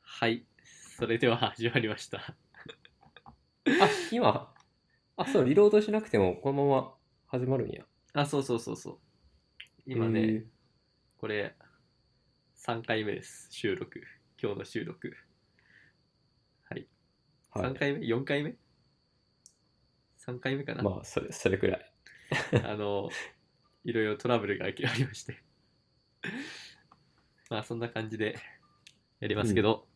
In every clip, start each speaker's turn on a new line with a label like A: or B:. A: はい。それでは始まりました。
B: あ、今、あ、そう、リロードしなくても、このまま始まるんや。
A: あ、そうそうそうそう。今ね、
B: えー
A: これ、3回目です。収録。今日の収録。はい。
B: は
A: 3
B: い。
A: 回目 ?4 回目 ?3 回目かな、
B: まあ、それ、それくらい。
A: あの、いろいろトラブルがありまして。 まあ、そんな感じでやりますけど、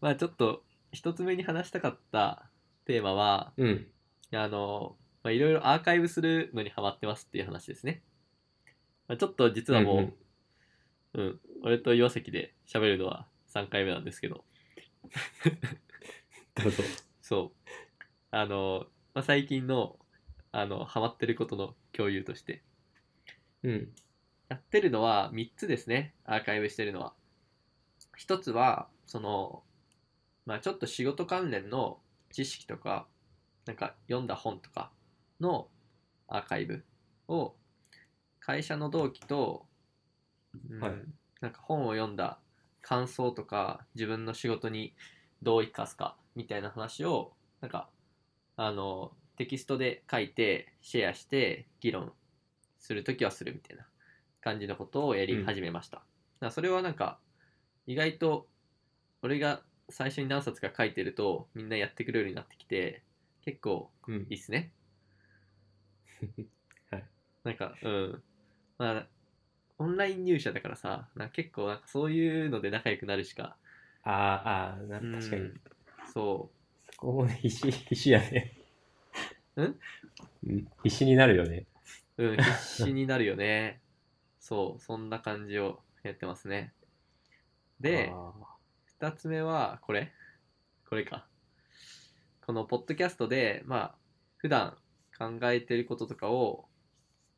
A: まあ、ちょっと、一つ目に話したかったテーマは、
B: うん。
A: あの、まあ、いろいろアーカイブするのにハマってますっていう話ですね。まあ、ちょっと実はもう、
B: うん
A: うん、俺と岩崎で喋るのは3回目なんですけど、
B: どうぞ。
A: そう。あの、まあ、最近の、あの、ハマってることの共有として、
B: うん。
A: やってるのは3つですね、アーカイブしてるのは。1つは、その、まあ、ちょっと仕事関連の知識とか、なんか読んだ本とかのアーカイブを、会社の同期と、うん
B: はい
A: なんか本を読んだ感想とか、自分の仕事にどう生かすかみたいな話を、なんか、あの、テキストで書いて、シェアして、議論するときはするみたいな感じのことをやり始めました。だからそれはなんか、意外と、俺が最初に何冊か書いてると、みんなやってくれるようになってきて、結構
B: うん
A: いいっすね。
B: はい。
A: なんか、うん。まあ、オンライン入社だからさ、なんか結構なんかそういうので仲良くなるしか。
B: あーあーな、
A: うん
B: 確かに。。
A: そ
B: そこもね、必死、必死やね。
A: ん
B: うん必死になるよね。
A: う。うん、必死になるよね。 そう、そんな感じをやってますね。で、
B: あー
A: 二つ目はこれこれかこのポッドキャストでまあ普段考えてることとかを、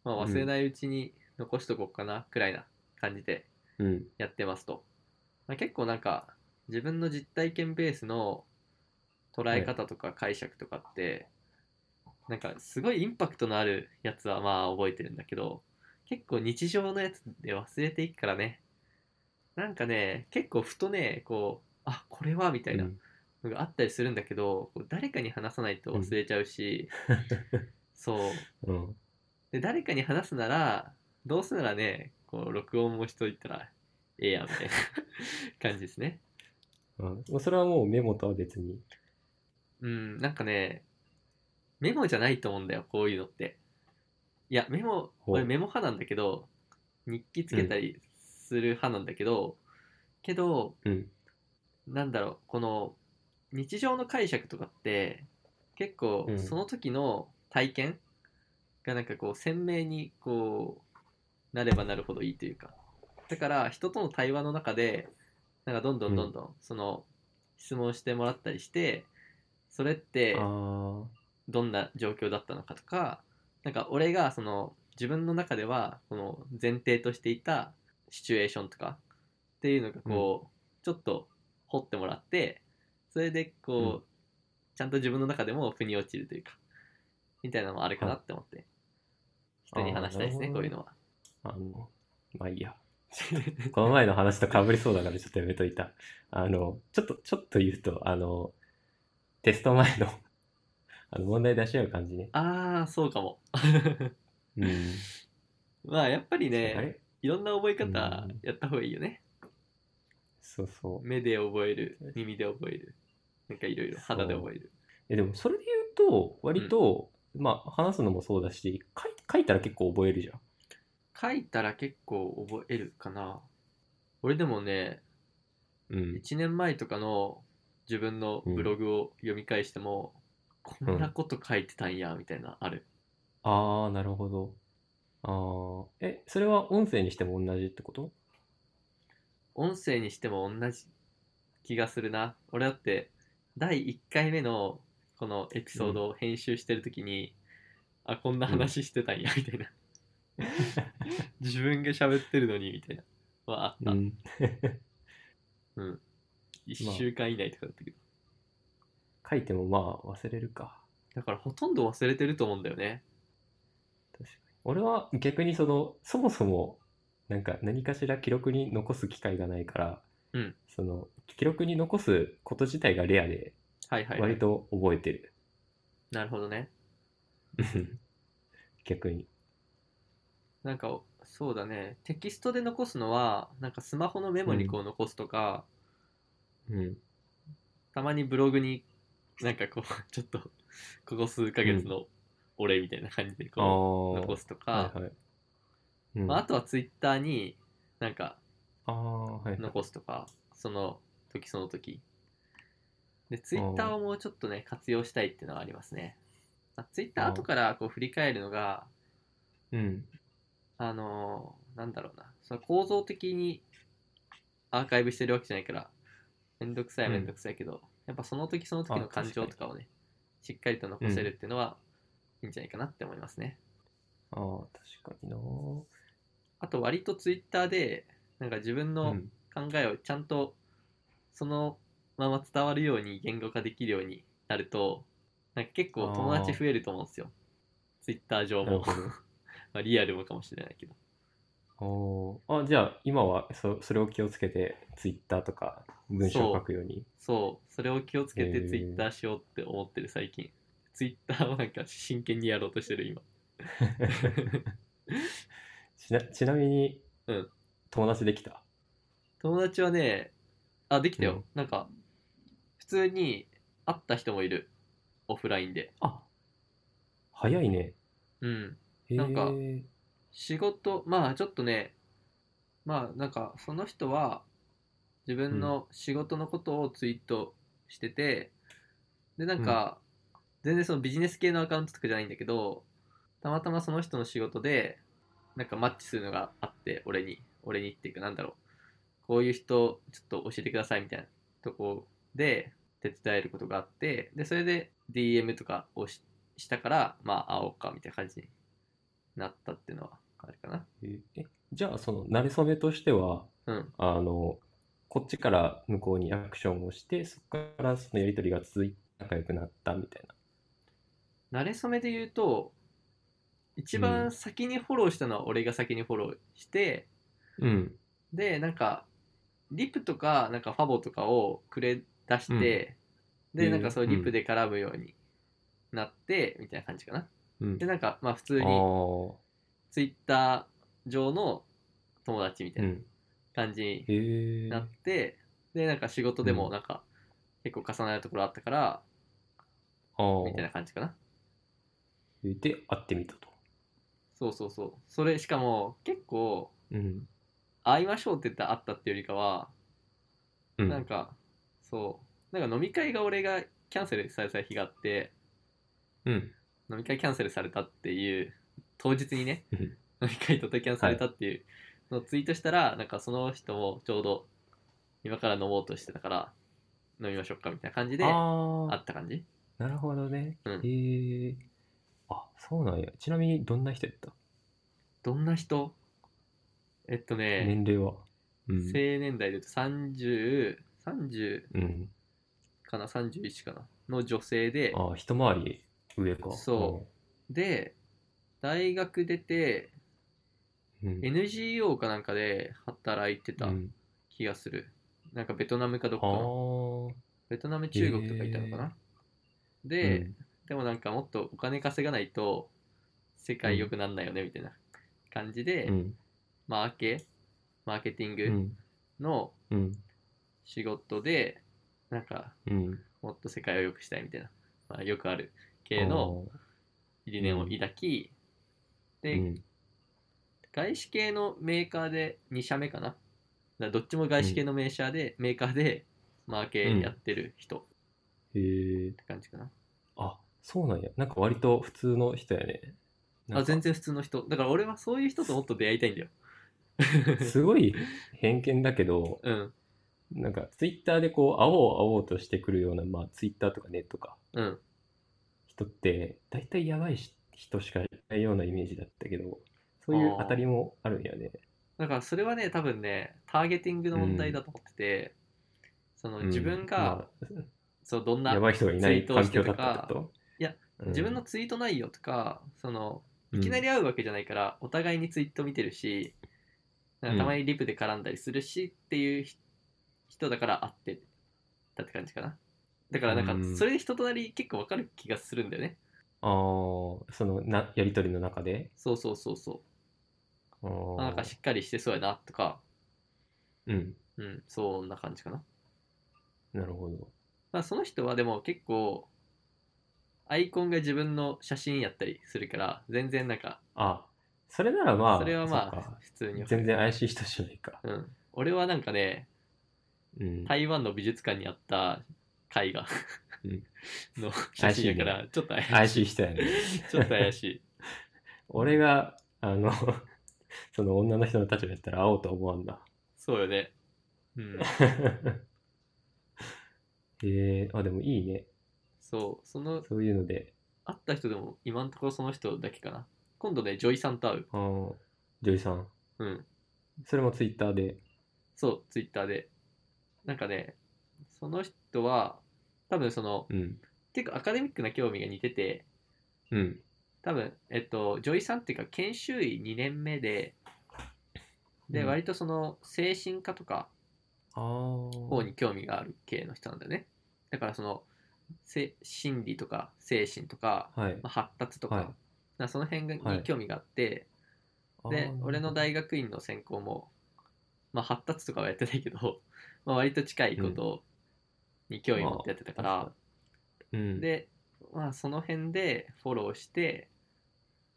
A: まあ、忘れないうちに残しとこうかなくらいな感じで
B: うん。
A: やってますと、まあ、結構なんか自分の実体験ベースの捉え方とか解釈とかって、なんかすごいインパクトのあるやつはまあ覚えてるんだけど結構日常のやつで忘れていくからねなんかね結構ふとねこうあこれはみたいな
B: うん
A: のがあったりするんだけど、こう誰かに話さないと忘れちゃう し、そう
B: うん。
A: で誰かに話すならどうせならねこう録音もしといたらええやんみたいな 感じですね
B: うんもうそれはもうメモとは別に。
A: うんなんかねメモじゃないと思うんだよこういうのっていやメモ
B: ほう
A: 俺メモ派なんだけど日記つけたりする派なんだけど、けど
B: うん。
A: なんだろうこの日常の解釈とかって結構
B: うん
A: その時の体験がなんかこう鮮明にこうなればなるほどいいというかだから人との対話の中でなんかどんどんどんどんその質問してもらったりしてそれって
B: ああ。
A: どんな状況だったのかとかなんか俺がその自分の中ではこの前提としていたシチュエーションとかっていうのがこう、ちょっと掘ってもらってそれでこう、
B: うん
A: ちゃんと自分の中でも腑に落ちるというかみたいなのもあるかなって思って、人に話したいですね
B: あー
A: こういうのは
B: あの、まあいいや。この前の話とかぶりそうだからちょっとやめといた。あの、ちょっと、ちょっと言うと、あの、テスト前の、 あの、問題出し合う感じね。
A: ああそうかも
B: うん。
A: まあやっぱり
B: あ
A: ね
B: れ
A: いろんな覚え
B: うん
A: 方やった方がいいよね、
B: そうそう。
A: 目で覚える耳で覚えるなんかいろいろ肌で覚える
B: え、でもそれで言うと、割と、まあ話すのもそうだし、書い書いたら結構覚えるじゃん。
A: 書いたら結構覚えるかな俺でもね
B: うん。
A: 1年前とかの自分のブログを読み返しても、
B: ん
A: こんなこと書いてたんやみたいなある、
B: ああ、なるほど。ああ、え、それは音声にしても同じってこと
A: 音声にしても同じ気がするな俺だって第1回目のこのエピソードを編集してる時に、あこんな話してたんやみたい な自分が喋ってるのにみたいなはあった、
B: ん。ま
A: 1
B: あ
A: 週間以内とかだったけど
B: 書いてもまあ忘れるか。
A: だからほとんど忘れてると思うんだよね
B: 確かに俺は逆にそのそもそもなんか何かしら記録に残す機会がないから
A: うん
B: その記録に残すこと自体がレアで
A: はいはい、はい
B: 割。と覚えてる、
A: なるほどね。
B: うん逆に
A: なんか、そうだね。テキストで残すのは、なんかスマホのメモにこう残すとか、
B: うん
A: たまにブログになんかこう、 ちょっと、ここ数ヶ月のお礼みたいな感じで
B: あ
A: こう、
B: ー
A: 残すとか、
B: はいはいうん
A: まあ、あとはツイッターになんか
B: あーはいはい
A: 残すとか、その時その時。で、ツイッターをもうちょっとね、活用したいっていうのはありますね。ツイッター後からこう振り返るのが、
B: うん
A: あのーなんだろうな、その構造的にアーカイブしてるわけじゃないから、めんどくさい
B: うん
A: めんどくさいけど、やっぱその時その時の
B: あ確か
A: 感
B: に
A: 情とかをね、しっかりと残せるっていうのはいいんじゃないかなって思いますね。
B: ああ確かにな
A: あと割とツイッターで、なんか自分
B: う
A: の
B: ん
A: 考えをちゃんとそのまま伝わるように言語化できるようになると、なんか結構友達増えると思うんですよ。ツイッター上
B: なる
A: も
B: ほ、
A: まあリアルもかもしれないけど。
B: おーあじゃあ今はそそれを気をつけてツイッターとか文章を書くように
A: そう、それを気をつけ
B: へ
A: て
B: ー
A: ツイッターしようって思ってる最近。ツイッターをなんか真剣にやろうとしてる今。
B: ちなちなみに、
A: うん
B: 友達できた
A: 友達はね、あ、できたよ。
B: うん
A: なんか、普通に会った人もいる。オフラインで。
B: あ早いね
A: うん。
B: へー
A: なんか仕事、まあちょっとね、まあなんかその人は自分の仕事のことをツイートしてて、でなんか、全然そのビジネス系のアカウントとかじゃないんだけど、たまたまその人の仕事で、なんかマッチするのがあって、俺に、俺にっていうかなんだろう、こういう人ちょっと教えてくださいみたいなとこで手伝えることがあって、で、それで DM とかをししたから、まあ会おうかみたいな感じになったっていうのはあるかな。
B: えーえじゃあその馴れ初めとしては
A: うん。
B: あのこっちから向こうにアクションをしてそこからそのやり取りが続いて仲良くなったみたいな
A: 慣れ初めで言うと、一番先にフォローしたのは俺が先にフォローして、
B: うん
A: で、なんか、リプとか、なんかファボとかをくれ出して、
B: う
A: で、
B: ん
A: なんかそうリプで絡むようになって、みたいな感じかな。
B: うん
A: で、なんか、まあ普通
B: あ
A: に
B: ー
A: ツイッター上の友達みた
B: う
A: いなん感じに
B: へえ
A: なって、で、なんか仕事で
B: う
A: も
B: ん
A: なんか結構重なるところあったから、
B: あー
A: みたいな感じかな。
B: で会ってみたと
A: そうそうそう。それ、しかも、結構、
B: うん
A: 会いましょうって言ったら会ったっていうよりかは、
B: うん
A: なんか、そう、なんか飲み会が俺がキャンセルされた日があって、
B: うん
A: 飲み会キャンセルされたっていう、当日にね、
B: うん
A: 飲み会とてキャンセルされたっていうのをツイートしたら、なんかその人もちょうど、今から飲もうとしてたから、飲みましょうかみたいな感じで、会
B: ああ
A: った感じ
B: なるほどね。
A: うん
B: へえ。あ、そうなんや。ちなみにどんな人やった、
A: どんな人えっとね、
B: 年齢は。うん。
A: 青年代で言うと30、30、
B: うん、
A: かな31かなの女性で
B: あ、一回り上か。
A: そで大学出て
B: うん。うん。
A: NGO かなんかで働いてた
B: うん
A: 気がする、なんかベトナムかどっか
B: あ
A: の
B: ー
A: ベトナム中国とかいたのかな、で、
B: うん
A: でもなんかもっとお金稼がないと世界良くなんないよねみたいな感じで、
B: うん。
A: マーケマーケティン
B: う
A: グ
B: ん。
A: の
B: うん。
A: 仕事でなんか
B: うん。
A: もっと世界を良くしたいみたいな、まあ、よくある系の理念を抱き、
B: あー、
A: で、外資系のメーカーで2社目かなだからどっちも外資系のメーカーで、メーカーでマーケやってる人っ
B: うん、へえ。
A: て感じかな、
B: あ、そうなんや。なんか割と普通の人やね。なん
A: あ
B: か
A: 全然普通の人だから俺はそういう人ともっと出会いたいんだよ
B: すごい偏見だけど、
A: うん
B: なんかツイッターでこう、会おう会おうとしてくるような、まあツイッターとかネットか、
A: うん
B: 人って大体やばいし人しかいないようなイメージだったけどそういう
A: あー
B: 当たりもあるんやね
A: だからそれはね多分ねターゲティングの問題だと思ってて、その
B: うん
A: 自分が、
B: ま
A: そうどん
B: あ
A: な
B: やばい人がいな
A: ツイ
B: い
A: ートを
B: 環
A: して
B: 境
A: と
B: だ
A: か
B: ったってこと
A: いや、
B: うん
A: 自分のツイート内容とかその
B: うん
A: いきなり会うわけじゃないから、お互いにツイート見てるし、なんかたまにリプで絡んだりするしっていうひ人だからあってたって感じかなだからなん
B: う
A: か
B: ん
A: それで人となり結構わかる気がするんだよね
B: あーそのなやり取りの中で
A: そうそうそうそう
B: あ
A: あ
B: ー
A: なんかしっかりしてそうやなとか
B: うん
A: うんそんな感じかな
B: なるほど
A: まあ、その人はでも結構アイコンが自分の写真やったりするから全然なんか
B: あそれならまあ
A: それはま
B: そっ
A: あ
B: か
A: 普通にわかる
B: 全然怪しい人じゃないか
A: うん、俺はなんかね
B: うん
A: 台湾の美術館にあった絵画
B: うん
A: の写真やからちょっと怪しい
B: 怪しい人やね
A: ちょっと怪しい
B: 俺があの その女の人の立場やったら会おうと思わんな
A: そうよねうん
B: えー、あでもいいね
A: そうその
B: そういうので
A: 会った人でも今のところその人だけかな今度ねジョイさんと会う
B: あー女優さん
A: うん
B: それもツイッターで
A: そうツイッターでなんかねその人は多分その
B: うん
A: 結構アカデミックな興味が似てて
B: うん
A: 多分えっと女医さんっていうか研修医2年目でで、
B: うん
A: 割とその精神科とか
B: あー
A: 方に興味がある系の人なんだよねだからそのせ心理とか精神とか、
B: はい
A: まあ、発達とか,、
B: はい
A: なんかその辺が
B: はい
A: に興味があって、で俺の
B: 大
A: 大学院の専攻も、まあ、発達とかはやってないけど、 まあ、割と近いことに興味持ってやってたから、
B: うん、
A: で、まあ、その辺でフォローして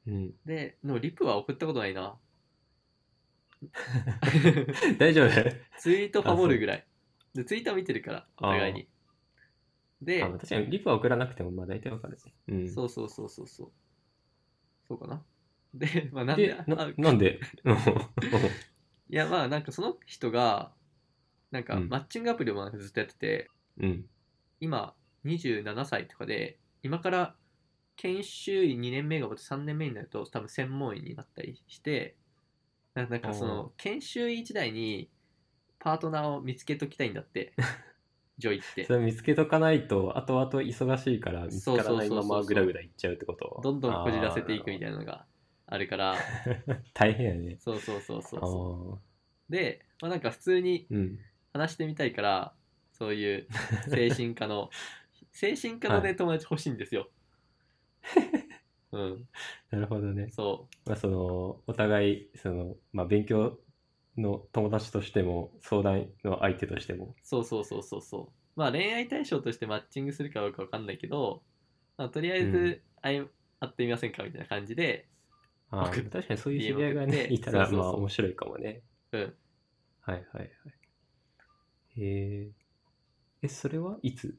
B: うん、
A: ででもリプは送ったことない な
B: 大丈夫
A: ツイートファボるぐらいでツイートは見てるからお互いにで
B: あ確かにリプは送らなくてもまあ大体わかるね、うん、
A: そうそうそうそうそうそうかなでまあなんで
B: でな
A: あ
B: なんで うん
A: いやまあなんかその人がなんか
B: うん
A: マッチングアプリをなんかずっとやってて、
B: うん
A: 今27歳とかで今から研修医2年目が終わって3年目になると多分専門医になったりしてななんかそ
B: おー
A: の研修医時代にパートナーを見つけときたいんだって ジョイって
B: それ見つけとかないと後々忙しいから見つからないままぐらぐらいっちゃうってこと
A: どんどんこじらせていくみ
B: い
A: たいなのがあるから
B: な大変やね
A: そうそうそうそう
B: あ
A: そ
B: ー
A: うで、まあ、なんか普通に
B: うん
A: 話してみたいからそういう精神科 の精神科のね、
B: はい
A: 友達欲しいんです ようん
B: なるほどね、
A: そ
B: まあ、そのお互いその、まあ、勉強の友達としても相談の相手としても
A: うそうそうそうそうそうまあ恋愛対象としてマッチングするかどうかわかんないけど、まあ、とりあえ
B: うん
A: ず会い、会ってみませんかみたいな感じで
B: あー
A: 送っ
B: 確かにそういう知り合いがね
A: DM
B: いたら
A: そうそう
B: ま
A: そう
B: あ面白いかもね
A: うん
B: はいはいはいへええそれはいつ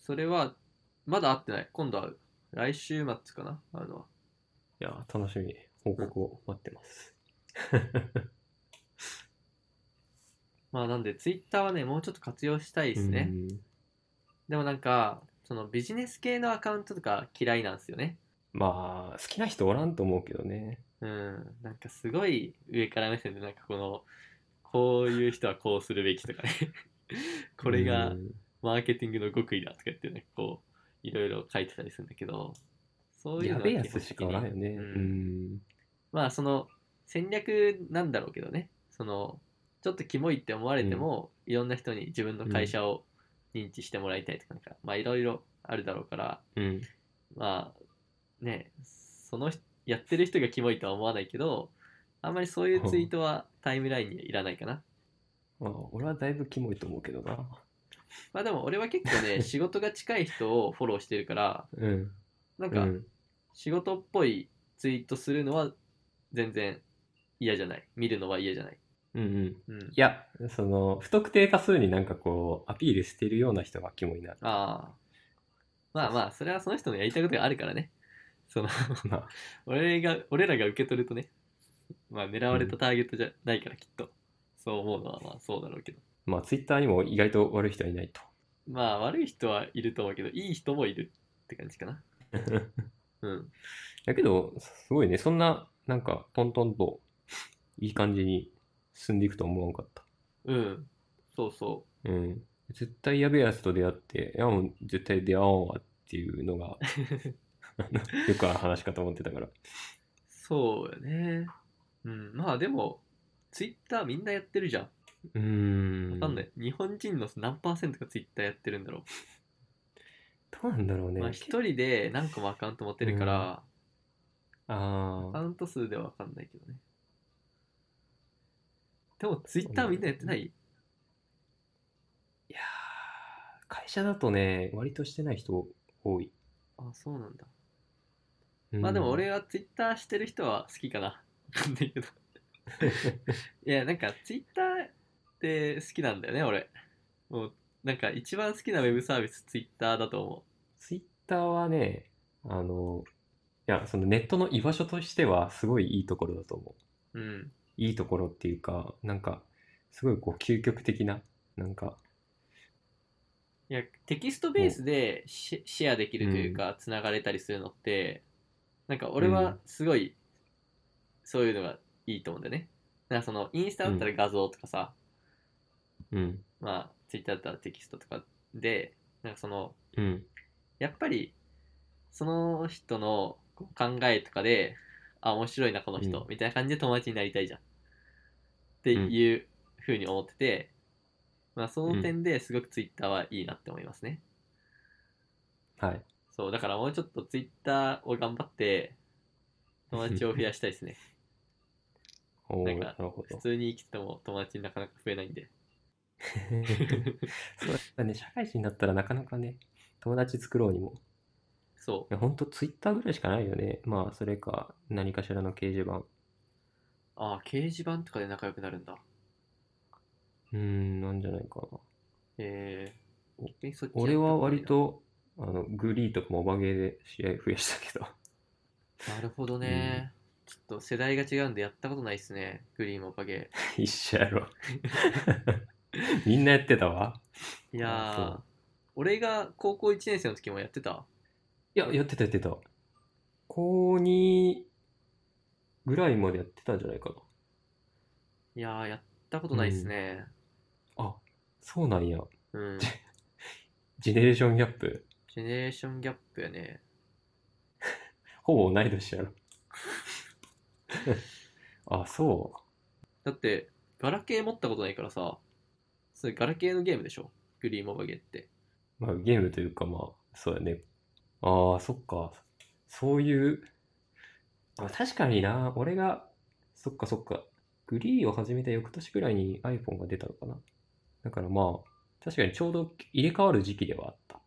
A: それはまだ会ってない今度会う来週末かな会うのはい
B: やー楽しみ報告を待ってます、
A: まあなんでツイッターはねもうちょっと活用したいですね、
B: うん
A: でもなんかそのビジネス系のアカウントとか嫌いなんですよね
B: まあ好きな人おらんと思うけどね
A: うんなんかすごい上から目線でなんかこのこういう人はこうするべきとかね これ
B: う
A: が
B: ん
A: マーケティングの極意だとか言ってなんかこういろいろ書いてたりするんだけどそういう
B: や
A: のは
B: べえや
A: 基本
B: つ
A: 的
B: し
A: に
B: かおらんよね
A: うん
B: うん
A: まあその戦略なんだろうけどねそのちょっとキモいって思われても、いろんな人に自分の会社を認知してもらいたいとかなんか、まあいろいろあるだろうから
B: うん
A: まあねその人やってる人がキモいとは思わないけどあんまりそういうツイートはタイムラインにいらないかな
B: まあ、俺はだいぶキモいと思うけどな
A: まあでも俺は結構 ね仕事が近い人をフォローしてるから
B: うん
A: なん
B: う
A: か
B: ん
A: 仕事っぽいツイートするのは全然嫌じゃない見るのは嫌じゃない、
B: うんうん
A: うん、
B: いや、その、不特定多数になんかこう、アピールしてるような人がキモいな。
A: ああまあまあそれはその人のやりたいことがあるからねその
B: まあ、
A: 俺が俺らが受け取るとねまあ狙われたターゲットじゃないからきっとそう思うのはまあそうだろうけど
B: まあ、ツイッターにも意外と悪い人はいないと。
A: まあ悪い人はいると思うけどいい人もいるって感じ かなうん
B: だけど、すごいね、そんな、なんか、トントンと、いい感じに進んでいくとは思わんかった。
A: うんそうそ
B: うん。絶対やべえやつと出会って、いや、もう絶対出会わんわっていう のが、よくある話かと思ってたから。
A: うそうよねうんまあでもツイッターみんなやってるじゃん
B: うーん。
A: わかんない。日本人の何パーセントがツイッターやってるんだろ
B: どうなんだろう
A: う。
B: ね。
A: まあ一人で何個もアカウント持ってるから、
B: あ
A: ア
B: あ
A: カウント数ではわかんないけどね。でもツイッターみんなやってない
B: いやー会社だとね、割としてない人多い。
A: あ、そうなんだ。
B: うん
A: まあでも俺はツイッターしてる人は好きかな。わかんないけ ど。いや、なんかツイッターって好きなんだよね、俺。もう、なんか一番好きなウェブサービスツイッターだと思
B: ツイッターはね、あの、いや、そのネットの居場所としてはすごいいいところだと思う。
A: う。うん。
B: いいところっていうか、なんか、すごいこう究極的な、なんか、
A: いや、テキストベースでシェシェアできるというか、つながれたりするのって、なんか俺はすごい、そういうのがいいと思うんだよね。なんかその、インスタだったら画像とかさ、
B: うん、
A: まあ、ツイッターだったらテキストとかで、なんかその、
B: うん、
A: やっぱりその人のこう考えとかであ面白いなこの人、
B: うん
A: みたいな感じで友達になりたいじゃんっていうふうに思ってて、まあ、その点ですごくツイッターはいいなって思いますね、
B: はい。
A: そうだからもうちょっとツイッターを頑張って友達を増やしたいです ね
B: お
A: なん
B: ー
A: か
B: なるほ
A: 普
B: ど。
A: 通に生きてても友達なかなか増えないん で
B: そうだね、社会人だったらなかなかね、友達作ろうにも。
A: そ
B: いや、ほんとツイッターぐらいしかないよね。まあ、それか、何かしらの掲示板。
A: うああ掲示板とかで仲良くなるんだ
B: うーん、なんじゃないかな。
A: えー、本当にそっちやったことない
B: 俺
A: な
B: は割と、あの、グリーとかもおばげで試合増やしたけど。
A: なるほどね、ちょっと世代が違うんでやったことないですねグリーンもおかげ
B: 一緒やろ。 みんなやってたわ。
A: いや
B: あそ
A: ー
B: う
A: 俺が高校1年生の時もやってた
B: いや、やってたやってた。高2ぐらいまでやってたんじゃないか
A: いやーやったことないですね
B: な。あ、そうなんや。
A: うん、
B: ジェネレーションギャップ。
A: ジェネレーションギャップやね
B: ほぼ同い年やろ。 あ、そ
A: だってガラケー持ったことないからさそれガラケーのゲームでしょグリーンもおかげって
B: う。まあ、ゲームというか、まあ、そうやね。ああ、そっか。そういう。あ確かにな。俺が、そっかそっか。グリーを始めた翌年ぐらいに iPhone が出たのかな。だからまあ、確かにちょうど入れ替わる時期ではあった。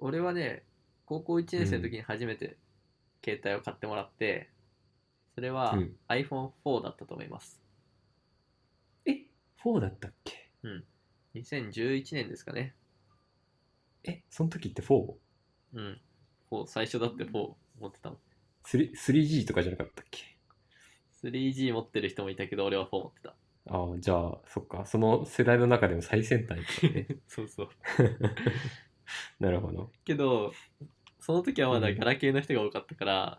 A: 俺はね高校1年生の時に初めて携帯を買ってもらって、それは
B: うん
A: iPhone4 だったと思います
B: え ?4 だったっけ
A: 2011年ですかね
B: えその時って 4?
A: うん。こう最初だって4持ってたもん。
B: 3- 3G とかじゃなかったっけ
A: 3G 持ってる人もいたけど、俺は4持ってた。
B: ああ、じゃあ、そっか。その世代の中でも最先端行ったね
A: そうそう。
B: なるほど。
A: けど、その時はまだ
B: うん
A: ガラケーの人が多かったから、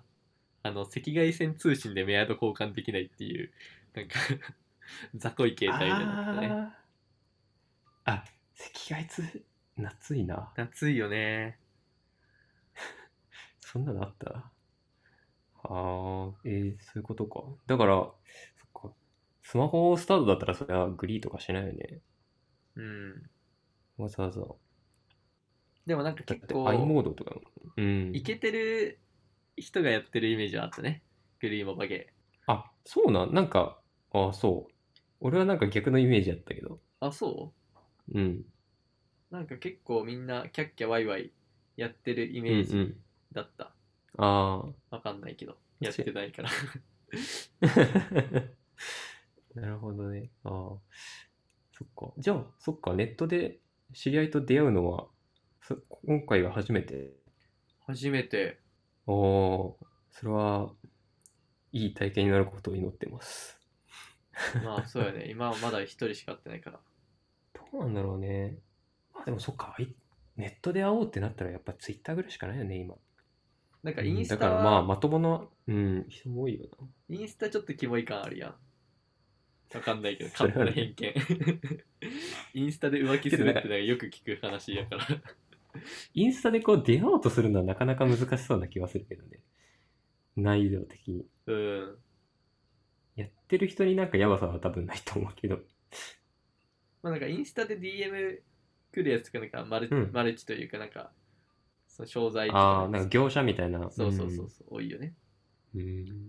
A: あの、赤外線通信でメアド交換できないっていう、なんか、 雑魚い携帯みたいになってたね。
B: あーあ、赤外通、夏いな。
A: 夏いよね。
B: そんなのあったああ、えー、そういうことか。だから、そっか。スマホスタートだったら、それはグリーとかしないよね。
A: うん。
B: わざわざ。
A: でもなんか
B: だっ
A: 結
B: て、i モ
A: 構、
B: ードとかも。うん。
A: イケてる人がやってるイメージはあったね。グリーンお化け。
B: あ、そうなん、なんか、あ、そう。俺はなんか逆のイメージやったけど。
A: あ、そう
B: うん。
A: なんか結構みんなキャッキャワイワイやってるイ
B: う
A: メ
B: んう
A: ージ
B: ん。
A: だった。
B: ああ。
A: わかんないけど、
B: 確かに
A: やってないから。
B: なるほどね。ああ。そっか。じゃあ、そっか。ネットで知り合いと出会うのは、そ今回が初めて。
A: 初めて、
B: おお、それは、いい体験になることを祈ってます。
A: まあそうよね、今はまだ一人しか会ってないから。
B: どうなんだろうね。まあでもそっか。いネットで会おうってなったら、やっぱツイッターぐらいしかないよね、今。
A: なんか
B: うん
A: インスタ、
B: だからまあ、まともな、うん、人も多いよな。
A: インスタちょっとキモい感あるやん。わかんないけ ど、
B: そ
A: 勝
B: れ
A: 手
B: は
A: な
B: ね
A: 偏見。 インスタで浮気するってのがよく聞く話や から。
B: インスタでこう出会おうとするのはなかなか難しそうな気はするけどね。難易度的に。
A: うん。
B: やってる人になんかやばさは多分ないと思うけど。
A: まあなんかインスタで DM 来るやつとかなんかマル,、
B: うん
A: マルチというかなんかその商材と
B: ああ、
A: か
B: なんか業者みたいな。
A: そうそうそうそう、多いよね。
B: うん。う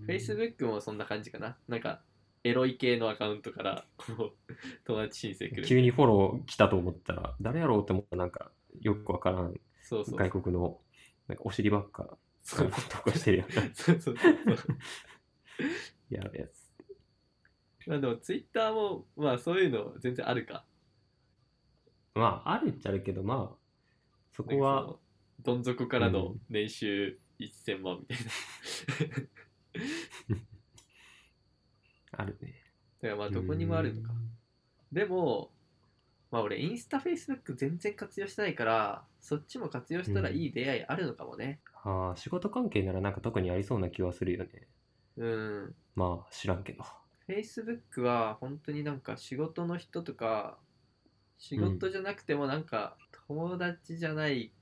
B: ん。
A: Facebook もそんな感じかな。なんかエロい系のアカウントからこう 友達申請来る。
B: 急にフォロー来たと思ったら、誰やろうって思ったら、なんか、よくわからん、
A: そうそう
B: 外国の、なんか、お尻ばっか、
A: そう
B: 投稿してるやつ。
A: そう そうそう。
B: やるやつ。
A: まあでも Twitter もまあそういうの全然あるか。
B: まあ、あるっちゃあるけど、まあ、そこ
A: なんか
B: は、
A: そのどん底から
B: う
A: の
B: ん
A: 年収1000万みたいな。
B: あるね。
A: だからまあどこにもあるのか。でも、まあ俺インスタ、フェイスブック全然活用してないから、そっちも活用したらいい出会いあるのかもね。
B: うん。ああ、仕事関係ならなんか特にありそうな気はするよね。
A: うん。
B: まあ、知らんけど。
A: フェイスブックは本当になんか仕事の人とか、仕事じゃなくてもなんか友達じゃない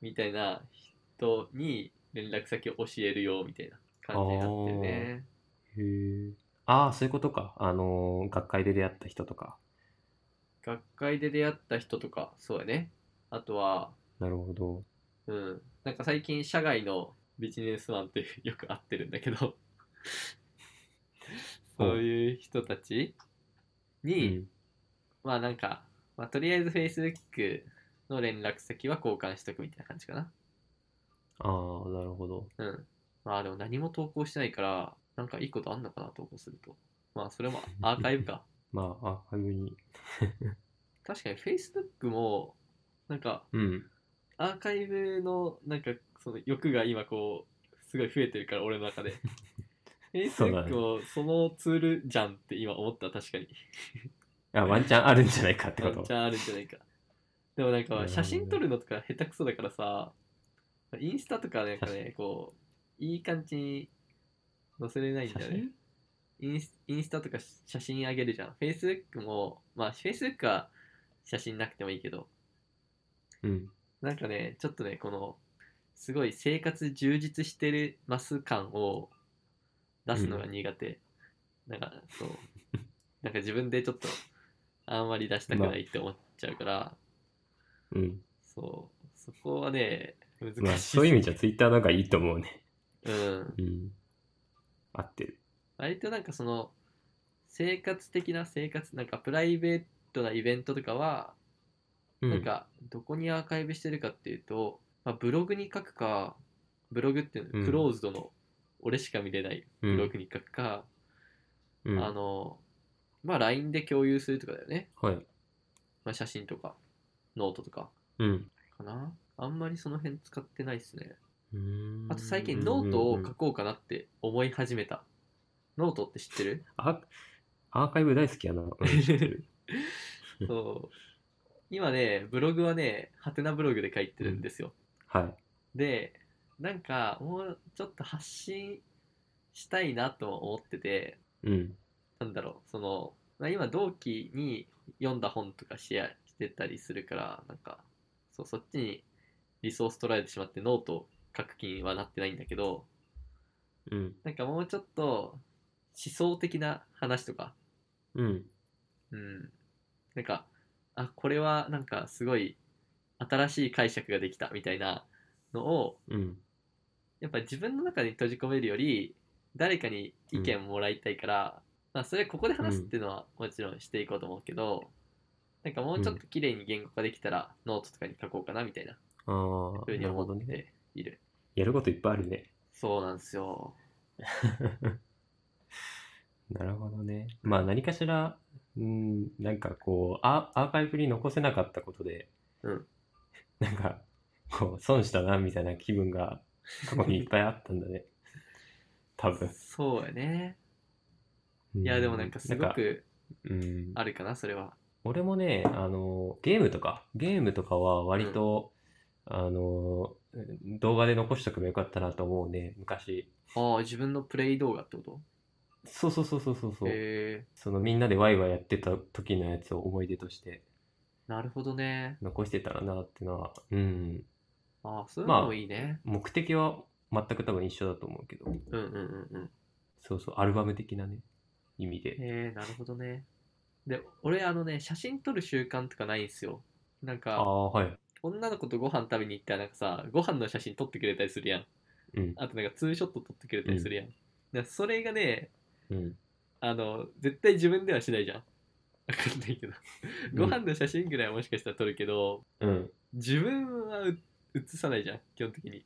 A: みたいな人に連絡先を教えるよみたいな感じになってるね。
B: へえ。ああ、そういうことか。あのー学会で出会った人とか。
A: 学会で出会った人とか、そうやね。あとは、
B: なるほど。
A: うん、なんか最近社外のビジネスマンってよく会ってるんだ けどそういう人たち
B: う
A: に、
B: ん。
A: まあなんか、まあ、とりあえず Facebook の連絡先は交換しとくみたいな感じかな
B: ああ、なるほど。
A: うんまあでも何も投稿してないからなんかいいことあんのかな投稿するとまあそれもアーカイブ か
B: まあ、あ、あいうに。
A: 確かに Facebook もなんか
B: うん。
A: アーカイブのなんかその欲が今こうすごい増えてるから俺の中 で
B: そうだね
A: Facebook もそのツールじゃんって今思った確かに
B: あ、ワンチャンあるんじゃないかってこ
A: ワ
B: と
A: ンチ。ャンあるんじゃないかでもなん
B: な
A: か
B: るほどね
A: 写真撮るのとか下手くそだからさインスタとかなんかねこういい感じに載せれないんだよねインスインスタとか写真あげるじゃん Facebook もまあ Facebook は写真なくてもいいけど
B: うん。
A: なんかね、ちょっとね、この、すごい生活充実してます感を出すのが苦手。なんか、そう。 なんか自分でちょっと、あんまり出したくないって思っちゃうから、
B: うん。
A: そう。そこはね、難しい。
B: まあ、そういう意味じゃツイッターの方がいいと思うね。
A: うん。
B: うん。合ってる。
A: 割となんかその、生活的な生活、なんかプライベートなイベントとかは、
B: う
A: なん、かどこにアーカイブしてるかっていうと、まあ、ブログに書くかブログっていうの
B: うん
A: クローズドの俺しか見れない
B: うん
A: ブログに書くか、
B: うん
A: あのまあ LINE で共有するとかだよね、
B: はい。
A: まあ、写真とかノートとか
B: うん。
A: かなあんまりその辺使ってないですね
B: うーん
A: あと最近ノートを書こうかなって思い始めた、ノートって知ってる
B: あアーカイブ大好きやな。うん知ってる
A: そう今ねブログはねハテナブログで書いてるんですよ、
B: はい。
A: でなんかもうちょっと発信したいなとも思ってて
B: うん。
A: なんだろうその、まあ、今同期に読んだ本とかシェアしてたりするからなんかそうそっちにリソース取られてしまってノートを書く気にはなってないんだけど
B: うん。
A: なんかもうちょっと思想的な話とか
B: うん。
A: うんなんかあこれはなんかすごい新しい解釈ができたみたいなのを
B: うん。
A: やっぱり自分の中に閉じ込めるより誰かに意見もらいたいから、まあそれここで話すっていうのはもちろんしていこうと思うけど、なんかもうちょっと綺麗に言語化できたらノートとかに書こうかなみたいな
B: ああ、
A: ふうに
B: なるほ
A: 思
B: ど
A: っ
B: ね。
A: ている
B: やることいっぱいあるね。
A: そうなんですよ
B: なるほどね。まあ何かしら、うん、なんかこう、アアーカイブに残せなかったことで、
A: うん
B: なんか、こう、損したな、みたいな気分が過去にいっぱいあったんだ ね。多分。
A: そうやね
B: い
A: いやでもなんかすごく
B: うん、
A: あるかなそれは
B: 俺もね、あの、ゲームとか、ゲームとかは割と、あの、動画で残しとけばよかったなと思うね、昔。
A: ああ自分のプレイ動画ってこと
B: そうそうそうそうそうそう。
A: へえ
B: そのみんなでワイワイやってた時のやつを思い出として
A: なるほどね
B: 残してたらなってのは、うん、
A: ああそういうのもいいね、
B: 目的は全く多分一緒だと思うけど、
A: うんうんうんうん
B: そうそう、アルバム的なね、意味で。
A: へえなるほどねで俺あのね写真撮る習慣とかないんですよなん
B: あ
A: か
B: あ、はい。
A: 女の子とご飯食べに行ったらなんかさご飯の写真撮ってくれたりするやん
B: うん。
A: あとなんかツーショット撮ってくれたりするやん、だからそれがね
B: うん。
A: あの絶対自分ではしないじゃん分かんないけどご飯の写真ぐらいはもしかしたら撮るけど、
B: うん。
A: 自分はう写さないじゃん基本的に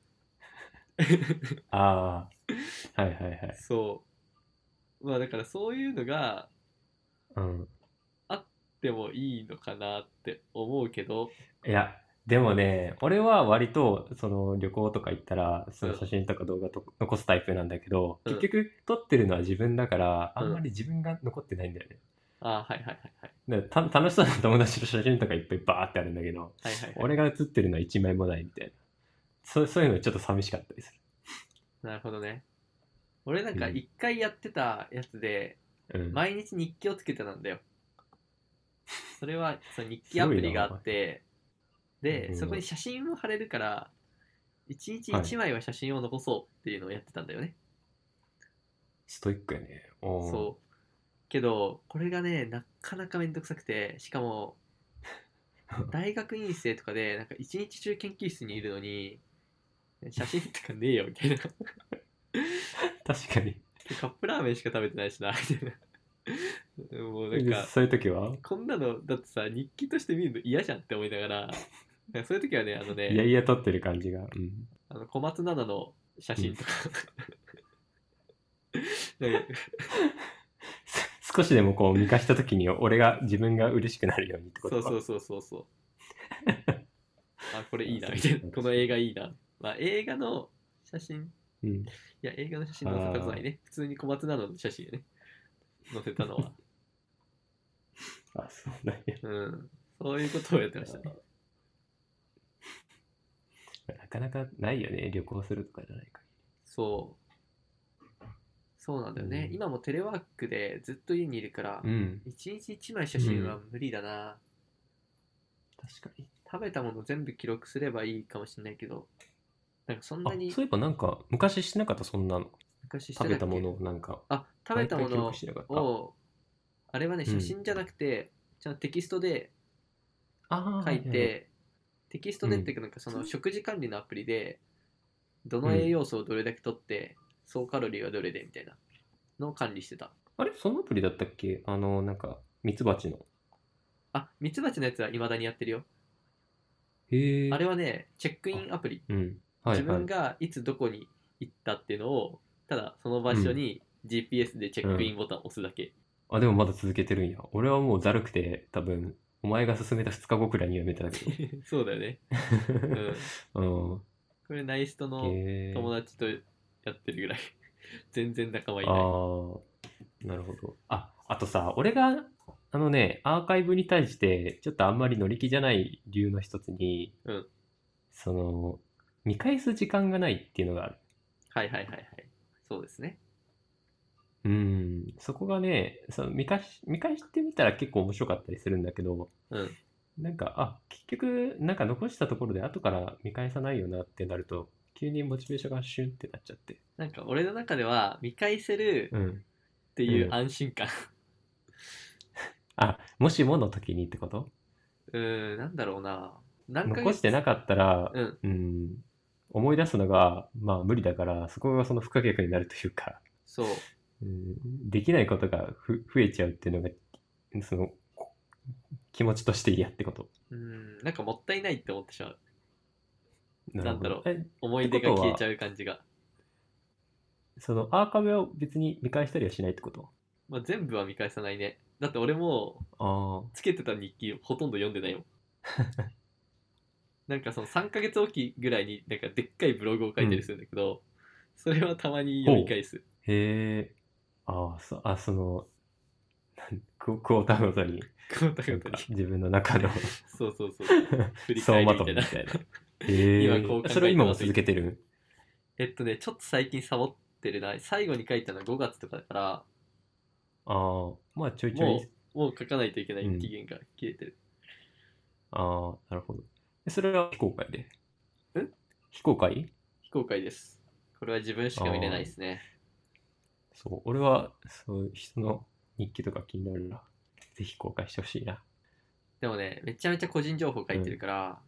B: ああ。はいはいはい。
A: そうまあだからそういうのが
B: うん。
A: でもいいのかなって思うけど
B: いや、でもね、俺は割と、その旅行とか行ったら、その写真とか動画と残すタイプなんだけど、
A: うん
B: 結局撮ってるのは自分だから、
A: うん
B: あんまり自分が残ってないんだよね。
A: あーはいはいはいはい
B: だからた楽しそうな友達の写真とかいっぱいバーってあるんだけど、
A: はいはいはい
B: 俺が写ってるのは一枚もないみたいな。そうそういうのちょっと寂しかったりす
A: なるほどね俺なんか
B: うん
A: 一回やってたやつで、
B: る。うん。
A: 毎日日記をつけてたんだよそれはその日記アプリがあ ってで、
B: うん
A: そこに写真を貼れるから一日一枚は写真を残そうっていうのをやってたんだよね、
B: ストイックやね。おー
A: そうけどこれがねなかなかめんどくさくてしか も大学院生とかでなんか一日中研究室にいるのに写真とかねえよみたいな
B: 確かに。
A: カップラーメンしか食べてないしなみたいな もうなんか
B: そういう時は
A: こんなのだってさ日記として見るの嫌じゃんって思いなが らなんかそういう時はねあの
B: いや
A: ね
B: いや撮ってる感じが。うん。
A: あの小松菜奈の写真とか なんか
B: す少しでもこう見返した時に俺が自分が嬉しくなるようにって こ
A: そ
B: と
A: うそうそうそうそうあこれいいなみたいなこの映画いいなまあ映画の写真
B: う。うん。
A: いや映画の写真載せたくないね普通に小松菜奈の写真ね載せたの は
B: あ、そうなんや。
A: うんそういうことをやってましたね
B: なかなかないよね。旅行するとかじゃないか。
A: そうそうなんだよね、
B: うん
A: 今もテレワークでずっと家にいるから、
B: うん。
A: 一日一枚写真は無理だな、
B: 確かに。
A: 食べたもの全部記録すればいいかもしれないけどなんかそん
B: あ
A: なに
B: そういえばなんか昔してなかったそんなの。
A: 昔して
B: 食
A: っ
B: べ
A: け
B: たものをなんか。
A: あ食べたも
B: 毎回記
A: の
B: 録してなかった。あ
A: をあれはね
B: うん
A: 写真じゃなくて、ちゃんとテキストで
B: あー
A: 書いて、。テキストでっていうかなんかその食事管理のアプリでどの栄養素をどれだけ取って、総カロリーはどれでみたいなのを管理してた
B: あれそのアプリだったっけあの、なんか、ミツバチの。
A: あミツバチのやつはいまだにやってるよ
B: へえ。
A: あれはねチェックインアプリ
B: うん。はい
A: 自
B: はい
A: 分。がいつどこに行ったっていうのをただその場所に GPS でチェックインボタンを押すだけ、
B: あ、でもまだ続けてるんや。俺はもうざるくて、多分、お前が勧めた2日後くらいにはや めたけ
A: そうだよね、う
B: ど。
A: ん、
B: うん。
A: これナイストの
B: へえ。
A: 友達とやってるぐらい 全然仲間い
B: ああ
A: ない
B: ー、なるほど。あ、あとさ、俺が、あのね、アーカイブに対して、ちょっとあんまり乗り気じゃない理由の一つに、
A: うん
B: その、見返す時間がないっていうのがある。
A: はいはいはいはいそうですね
B: うん、そこがね、その見返し、見返してみたら結構面白かったりするんだけど、
A: うん
B: なんか、あ、結局、なんか残したところで後から見返さないよなってなると、急にモチベーションがシュンってなっちゃって。
A: なんか俺の中では見返せる
B: うん。
A: っていううん安心感
B: あ、もしもの時にってこと
A: うーんなんだろうな何ヶ
B: 残し
A: 月
B: てなかったら、
A: うん
B: うん、思い出すのが、まあ無理だから、そこがその不可逆になるというか、
A: そう
B: うん、できないことがふ増えちゃうっていうのが、その、こ気持ちとして嫌ってこと。
A: うーんなんかもったいないって思ってしまう
B: なるほど
A: なん
B: え
A: 思い出が
B: ってことは
A: 消えちゃう感じが、
B: そのアーカイブを別に見返したりはしないってこと
A: まあ、全部は見返さないねだって俺も
B: あ
A: つけてた日記ほとんど読んで ないよなんかその3ヶ月おきぐらいになんかでっかいブログを書いたりするんだけど、それはたまに読み返す
B: あ、へえ、ああ、そあその、なんククォーターごとに、
A: この度
B: なん
A: に
B: か自分の中の
A: そうそうそう振り
B: 総
A: 返
B: ま
A: る
B: と
A: みた
B: め
A: い
B: み
A: な
B: たいな。へえ
A: 今こう考えてます
B: それを今も続けてる。
A: えっとねちょっと最近サボってるな最後に書いたのは5月とかだから
B: ああ、まあちょいちょ
A: も
B: い。
A: うもう書かないといけな
B: う
A: い
B: ん
A: 期限が切れてる、
B: ああ、なるほど。えそれは非公開で。
A: え
B: 非公開
A: 非公開ですこれは自分しか見れないですね
B: そう、俺は、そう、人の日記とか気になるな。ぜひ公開してほしいな。
A: でもね、めちゃめちゃ個人情報書いてるから、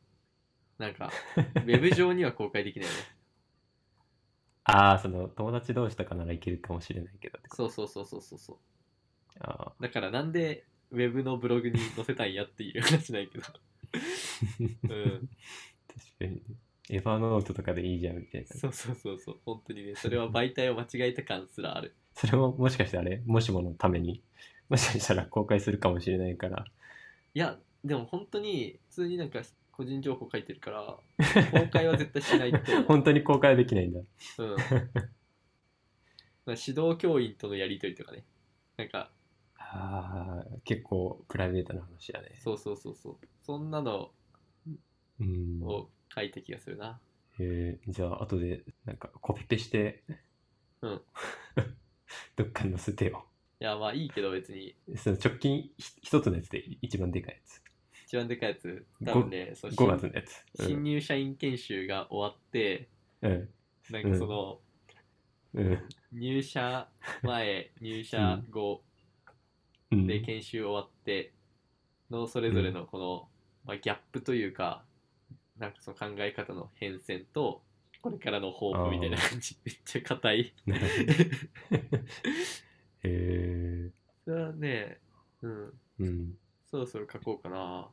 A: なん か、ウェブ上には公開できないね。
B: ああ、その友達同士とかならいけるかもしれないけど。
A: そうそうそうそうそうそ
B: あ
A: う。だからなんで、ウェブのブログに載せたんやっていう話ないけど。う
B: ー
A: ん。
B: 確かにね。エヴァノートとかでいいじゃんみたいな。
A: そうそうそうそう。本当にね、それは媒体を間違えた感すらある。
B: それももしかしてあれ、もしものために、 もしかしたら公開するかもしれないから。
A: いや、でも本当に、普通になんか個人情報書いてるから、公開は絶対しないって。
B: 本当に公開はできないんだ。
A: うん。だから指導教員とのやりとりとかね。なんか、
B: ああ、結構プライベートな話だね。
A: そうそうそうそう。そんなの
B: うん。
A: を書いた気がするな。
B: えーじゃあ、後で、なんか、コピペして、
A: うん。
B: どっかに載せてよ。
A: いや、まあいいけど別に、
B: その直近ひ一つのやつで一番でかい
A: 一番でかいやつ、多分ね、そ
B: や
A: う
B: つ。
A: 新
B: 5月のやつ。う
A: 新
B: ん。
A: 入社員研修が終わって、
B: うん。
A: なんかその、
B: うん。
A: 入社前、入社後
B: うん
A: で研修終わってのそれぞれのこの、まあ、ギャップというか、なんかその考え方の変遷と、これからの抱負みたいな感じ、 めっちゃ硬い。
B: なるほど え
A: それはね、うん、
B: ーうん。
A: そろそろ書こうかな。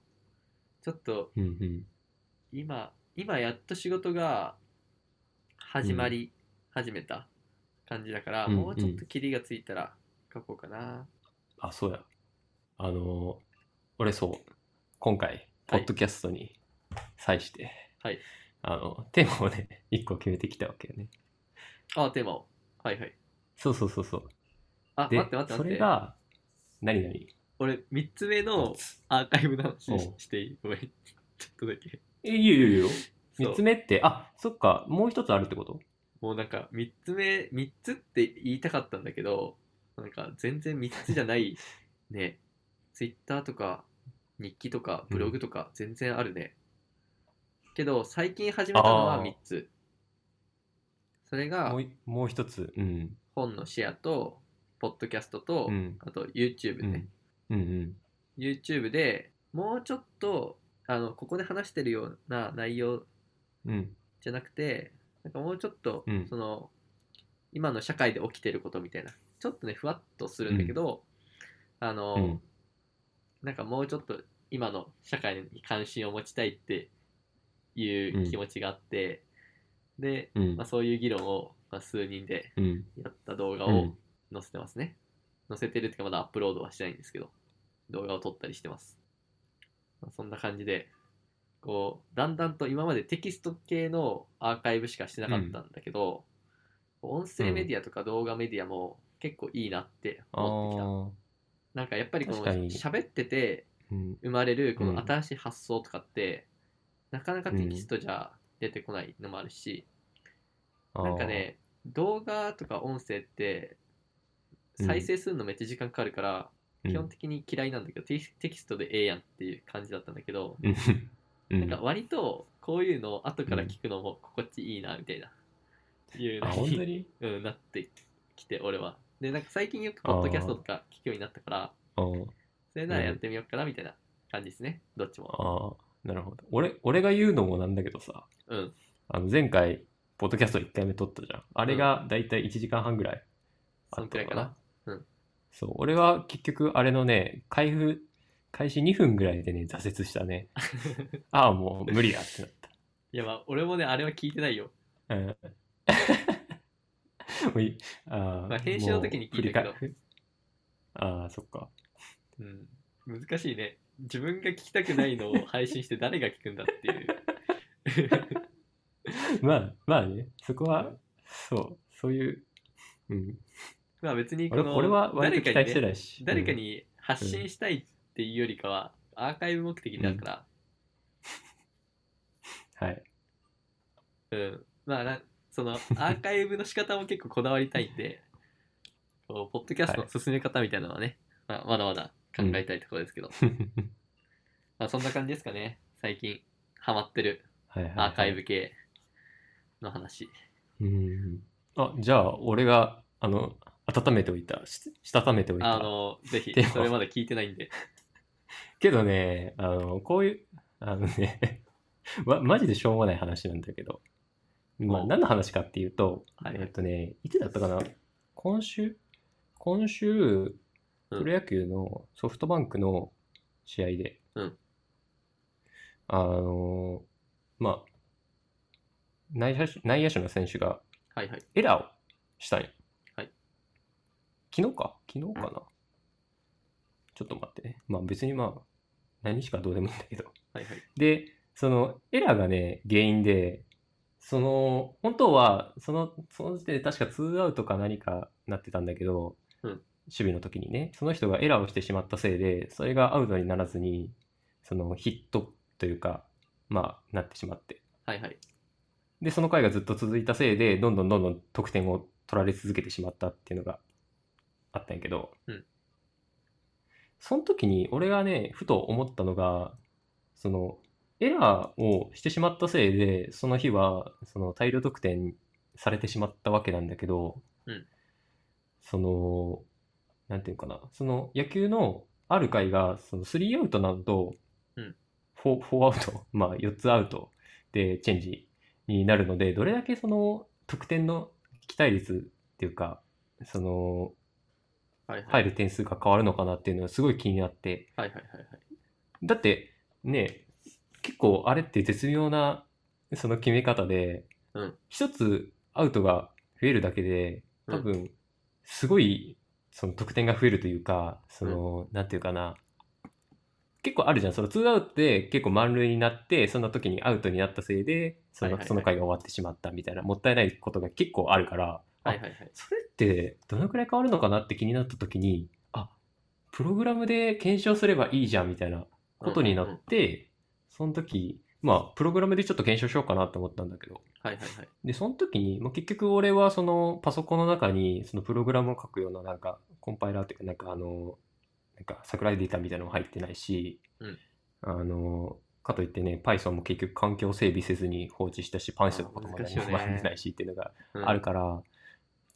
A: ちょっと
B: うんうん。
A: 今今やっと仕事が始まり始めた感じだから、
B: うん
A: もうちょっとキリがついたら書こうかな、
B: あ、そうや。あのー俺そう、今回、ポッドキャストに際して、
A: はい
B: あの、テーマをね、 一個決めてきたわけよね。
A: あテーマをはいはい
B: そうそうそうそう。
A: あ待って待って
B: そ
A: 待っ
B: れ
A: て
B: が、何何
A: 俺3つ目のアーカイブの話ししていいごめん ちょっとだけ
B: え、いいよい いよいいよ。
A: そう
B: 三つ目って、あ、そっか、もう一つあるってこと
A: もうなんか3つ目3つって言いたかったんだけどなんか全然3つじゃない ねツイッターとか日記とかブログとか全然あるね、けど最近始めたのは
B: あー
A: 3つそれが
B: もういもう一つ。うん。
A: 本のシェアとポッドキャストと、
B: うん。
A: あと YouTube
B: うん。
A: ね、
B: うんうん。
A: YouTube でもうちょっとあのここで話してるような内容
B: うん。
A: じゃなくてなんかもうちょっと、
B: うん
A: その今の社会で起きてることみたいなちょっとねふわっとするんだけど、あの、
B: うん
A: なんかもうちょっと今の社会に関心を持ちたいっていう気持ちがあって、で、
B: うん
A: まあ、そういう議論を、まあ、数人で
B: うん。
A: やった動画
B: う
A: を
B: ん
A: 載せてますね、載せてるっていうかまだアップロードはしてないんですけど動画を撮ったりしてます、まあそんな感じでこうだんだんと今までテキスト系のアーカイブしかしてなかったんだけど、音声メディアとか動画メディアも結構いいなって
B: あ
A: 思ってきた、なんかやっぱりこの
B: 確かに
A: 喋ってて
B: ーうん。
A: 生まれるこ
B: うん
A: の新しい発想とかって、なかなかテキストじゃ出てこないのもあるし、
B: あー
A: なんか、ね動画とか音声って
B: うん
A: 再生するのめっちゃ時間かかるから、
B: うん
A: 基本的に嫌いなんだけどテキテキストでええやんっていう感じだったんだけど、
B: うん。う
A: なんか割とこういうの後から聞くのも心地いいなみたいな、いう
B: あ、
A: の
B: 本当
A: に、
B: に
A: うん、なってきて俺は。でなんか最近よくポッドキャストとか聞くようになったから
B: あー
A: それならやってみようかなみたいな感じですね、どっちも。
B: あー、なるほど。俺、俺が言うのもなんだけどさ、
A: うん
B: あの前回、ポッドキャスト1回目撮ったじゃん。あれがだいたい1時間半ぐらいあ
A: そ
B: っ
A: ん
B: た
A: くらいかな。うん
B: そう、俺は結局あれのね、開封、開始2分ぐらいでね、挫折した ね。ああ、もう無理だってなっ
A: いやまあ俺もねあれは聞いてないよ。
B: た。うん もういあー
A: まあ編集の時に聞いたけど
B: もう振り返ああ、そっか。
A: うん、難しいね。自分が聞きたくないのを配信して誰が聞くんだって いう。
B: まあ、まあね、そこは、そう、そういう、うん。
A: まあ別にこ
B: 俺
A: の
B: 俺は割と期
A: 誰
B: 待
A: か
B: し
A: に,、ね、
B: てないし。
A: 誰かに発信したいっていうよりかは、アーカイブ目的だから、
B: うん はい。
A: うんまあなそのアーカイブの仕方も結構こだわりたいん で、こうポッドキャストの進め方みたいなのはね、まあ、まだまだ考えたいところですけど、まあそんな感じですかね、最近ハマってる
B: はいはいはい
A: アーカイブ系の話。
B: うん。あ、じゃあ、俺が、あの、温めておいた、ししたためておい
A: あ
B: た。
A: の、ぜひ
B: で、も
A: それまで聞いてないんで。
B: けどね、あの、こういう、あのね、 ま、マジでしょうもない話なんだけど、まあ、
A: お
B: 何の話かっていうと、
A: はい
B: えっとね、いつだったかな今週今週、
A: うん
B: プロ野球のソフトバンクの試合で、
A: うん
B: あのーまあ、内野手内野手の選手が
A: はいはい。
B: エラーをしたんよ。
A: はい
B: 昨日か昨日かな、
A: う
B: ちょっと待ってね。まあ別にまあ、何しかどうでもいいんだけど。
A: はいはい。
B: で、そのエラーがね、原因で、その、本当は、その、その時点で確かツーアウトか何かなってたんだけど、
A: うん
B: 守備の時にね、その人がエラーをしてしまったせいで、それがアウトにならずに、そのヒットというか、まあ、なってしまって。
A: はいはい。
B: で、その回がずっと続いたせいで、どんどんどんどん得点を取られ続けてしまったっていうのがあったんやけど、
A: うん
B: その時に俺がね、ふと思ったのが、その、エラーをしてしまったせいで、その日は、その大量得点されてしまったわけなんだけど、
A: うん
B: その、なんていうかな、その野球のある回が、その3アウトなのと、
A: うん
B: フォーフォーアウト、 まあ4つアウトでチェンジになるので、どれだけその得点の期待率っていうか、その
A: はいはい。
B: 入る点数が変わるのかなっていうのがすごい気になって、
A: はいはいはいはい。
B: だってね、結構あれって絶妙なその決め方で
A: うん、
B: 一、つアウトが増えるだけで、多分すごいその得点が増えるというか、その、なんていうかな、結構あるじゃん、その2アウトで結構満塁になって、そんな時にアウトになったせいで、そ
A: はいはい
B: の
A: はい
B: その回が終わってしまったみたいな、もったいないことが結構あるから、あ
A: はいはいはい。
B: それってどのくらい変わるのかなって気になった時に、あプログラムで検証すればいいじゃんみたいなことにな
A: うんうんう
B: っ
A: ん
B: て、その時、まあ、プログラムでちょっと検証しようかなと思ったんだけど、
A: はいはいはい。
B: で、その時に、まあ、結局俺はそのパソコンの中にそのプログラムを書くようななんかコンパイラーというかなんかあの、なんかサクライデータみたいなのも入ってないし、
A: うん
B: あの、かといってね、Python も結局環境整備せずに放置したし、Python のことも
A: 難し
B: 何
A: いよね
B: も学んでないしっていうのが
A: うん
B: あるから、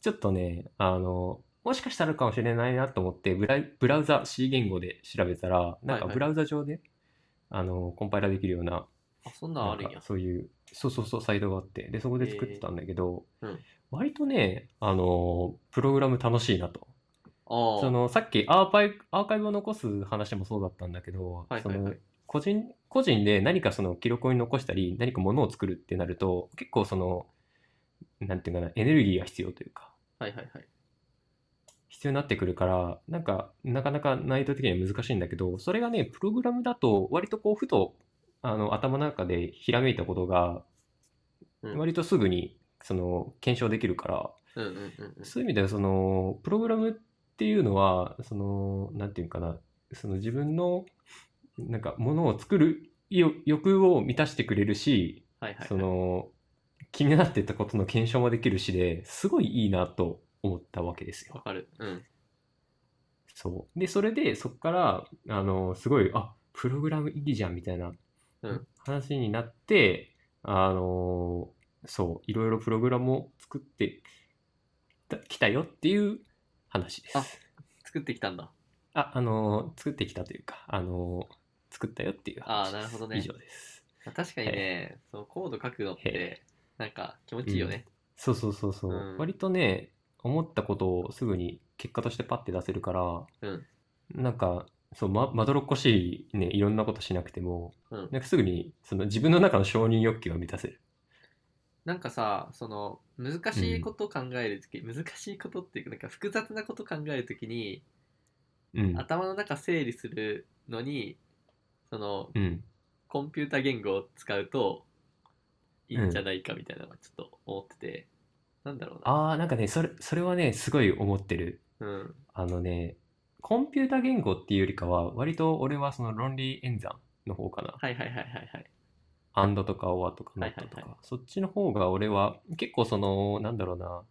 B: ちょっとね、あの、もしかしたらあるかもしれないなと思って、ブラブラウザ C 言語で調べたら、なん
A: はい
B: か
A: はい
B: ブラウザ上で、あの、コンパイラーできるような
A: あ、そんなんあるん
B: な
A: や
B: んか。そういう、そうそうそう、サイドがあって、で、そこで作ってたんだけど、
A: えーうん
B: 割とね、あのープログラム楽しいなと。
A: ああ。
B: その、さっきアーカイアーカイブを残す話もそうだったんだけど、
A: はいはいはい
B: その個人、個人で何かその記録を残したり、何かものを作るってなると、結構その、なんていうかな、エネルギーが必要というか、
A: はいはいはい。
B: 必要になってくるから、なんか、なかなか難易度的には難しいんだけど、それがね、プログラムだと、割とこう、ふと、あの、頭の中でひらめいたことが、
A: うん
B: 割とすぐに、その、検証できるから、
A: うんうんうんうん。
B: そういう意味では、その、プログラムっていうのは、その、なんていうかな、その自分の、なんか、ものを作る欲欲を満たしてくれるし、
A: はいはいはい。
B: その、気になってたことの検証もできるしで、すごいいいなと思ったわけですよ
A: わ。かる。うん。
B: そう。で、それで、そこから、あの、すごい、あ、プログラムいいじゃん、みたいな
A: うん
B: 話になって、あの、そう、いろいろプログラムを作ってたきたよっていう話です。
A: あ作ってきたんだ。
B: あ、あの、作ってきたというか、あの、作ったよっていう
A: あ
B: 話
A: あ、
B: で
A: なる
B: す。
A: ほどね
B: 以。上です。
A: まあ確かにね、そのコード書くのっ
B: へ
A: て、なんか気持ちいいよね。
B: そうそうそうそう。
A: うん
B: 割とね、思ったことをすぐに結果としてパッて出せるから、
A: うん
B: なんか、そう、ま、まどろっこしいね、いろんなことしなくても、
A: うん
B: なんかすぐに、その自分の中の承認欲求を満たせる。
A: なんかさ、その、難しいこと考えるとき、難しいことっていうか、なんか複雑なこと考えるときに、
B: うん。
A: 頭の中整理するのに、その、
B: うん。
A: コンピュータ言語を使うと、いいんじゃないかみたいなのがちょっと思ってて、なんだろうな。
B: ああ、なんかね、それ、それはね、すごい思ってる。
A: うん。
B: あのね、コンピュータ言語っていうよりかは、割と俺はその論理演算の方かな。
A: はいはいはいはいはい。
B: アンドとかオアとかノ
A: はい
B: ッ
A: はい
B: ト
A: はい
B: とか、そっちの方が俺は結構その、なんだろうな、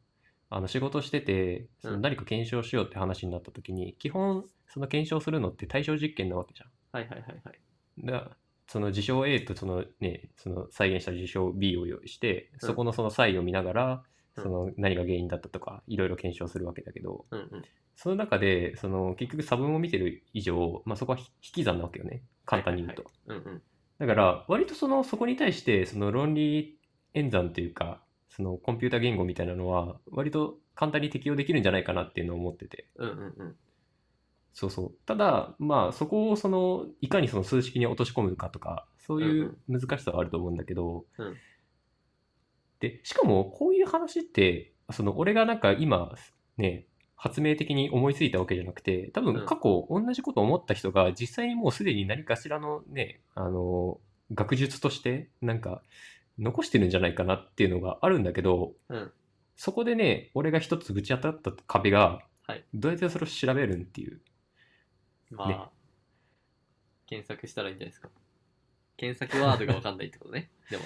B: あの仕事してて、その
A: うん
B: 何か検証しようって話になった時に、基本その検証するのって対象実験なわけじゃ
A: はいはいはいはい。
B: ん。だからその事象 A とそのね、その再現した事象 B を用意して、
A: うん
B: そこのその差異を見ながら、
A: うん
B: その何が原因だったとかいろいろ検証するわけだけど
A: うんうん
B: その中でその結局差分を見てる以上、まあ、そこはひ引き算なわけよね簡単に言うと、
A: うんうん
B: だから割とそのそこに対してその論理演算というかそのコンピュータ言語みたいなのは割と簡単に適用できるんじゃないかなっていうのを思ってて
A: うんうんうん
B: そうそうただまあそこをそのいかにその数式に落とし込むかとかそういう難しさはあると思うんだけど、
A: うん
B: でしかもこういう話ってその俺がなんか今ね発明的に思いついたわけじゃなくて多
A: うん
B: 分過去同じこと思った人が実際にもうすでに何かしらのねあの学術としてなんか残してるんじゃないかなっていうのがあるんだけど、
A: うん
B: そこでね俺が一つぶち当たった壁が、
A: はい
B: どうやってそれを調べるんっていう
A: まあ、
B: ね
A: 検索したらいいんじゃないですか検索ワードが分かんないって ことねでも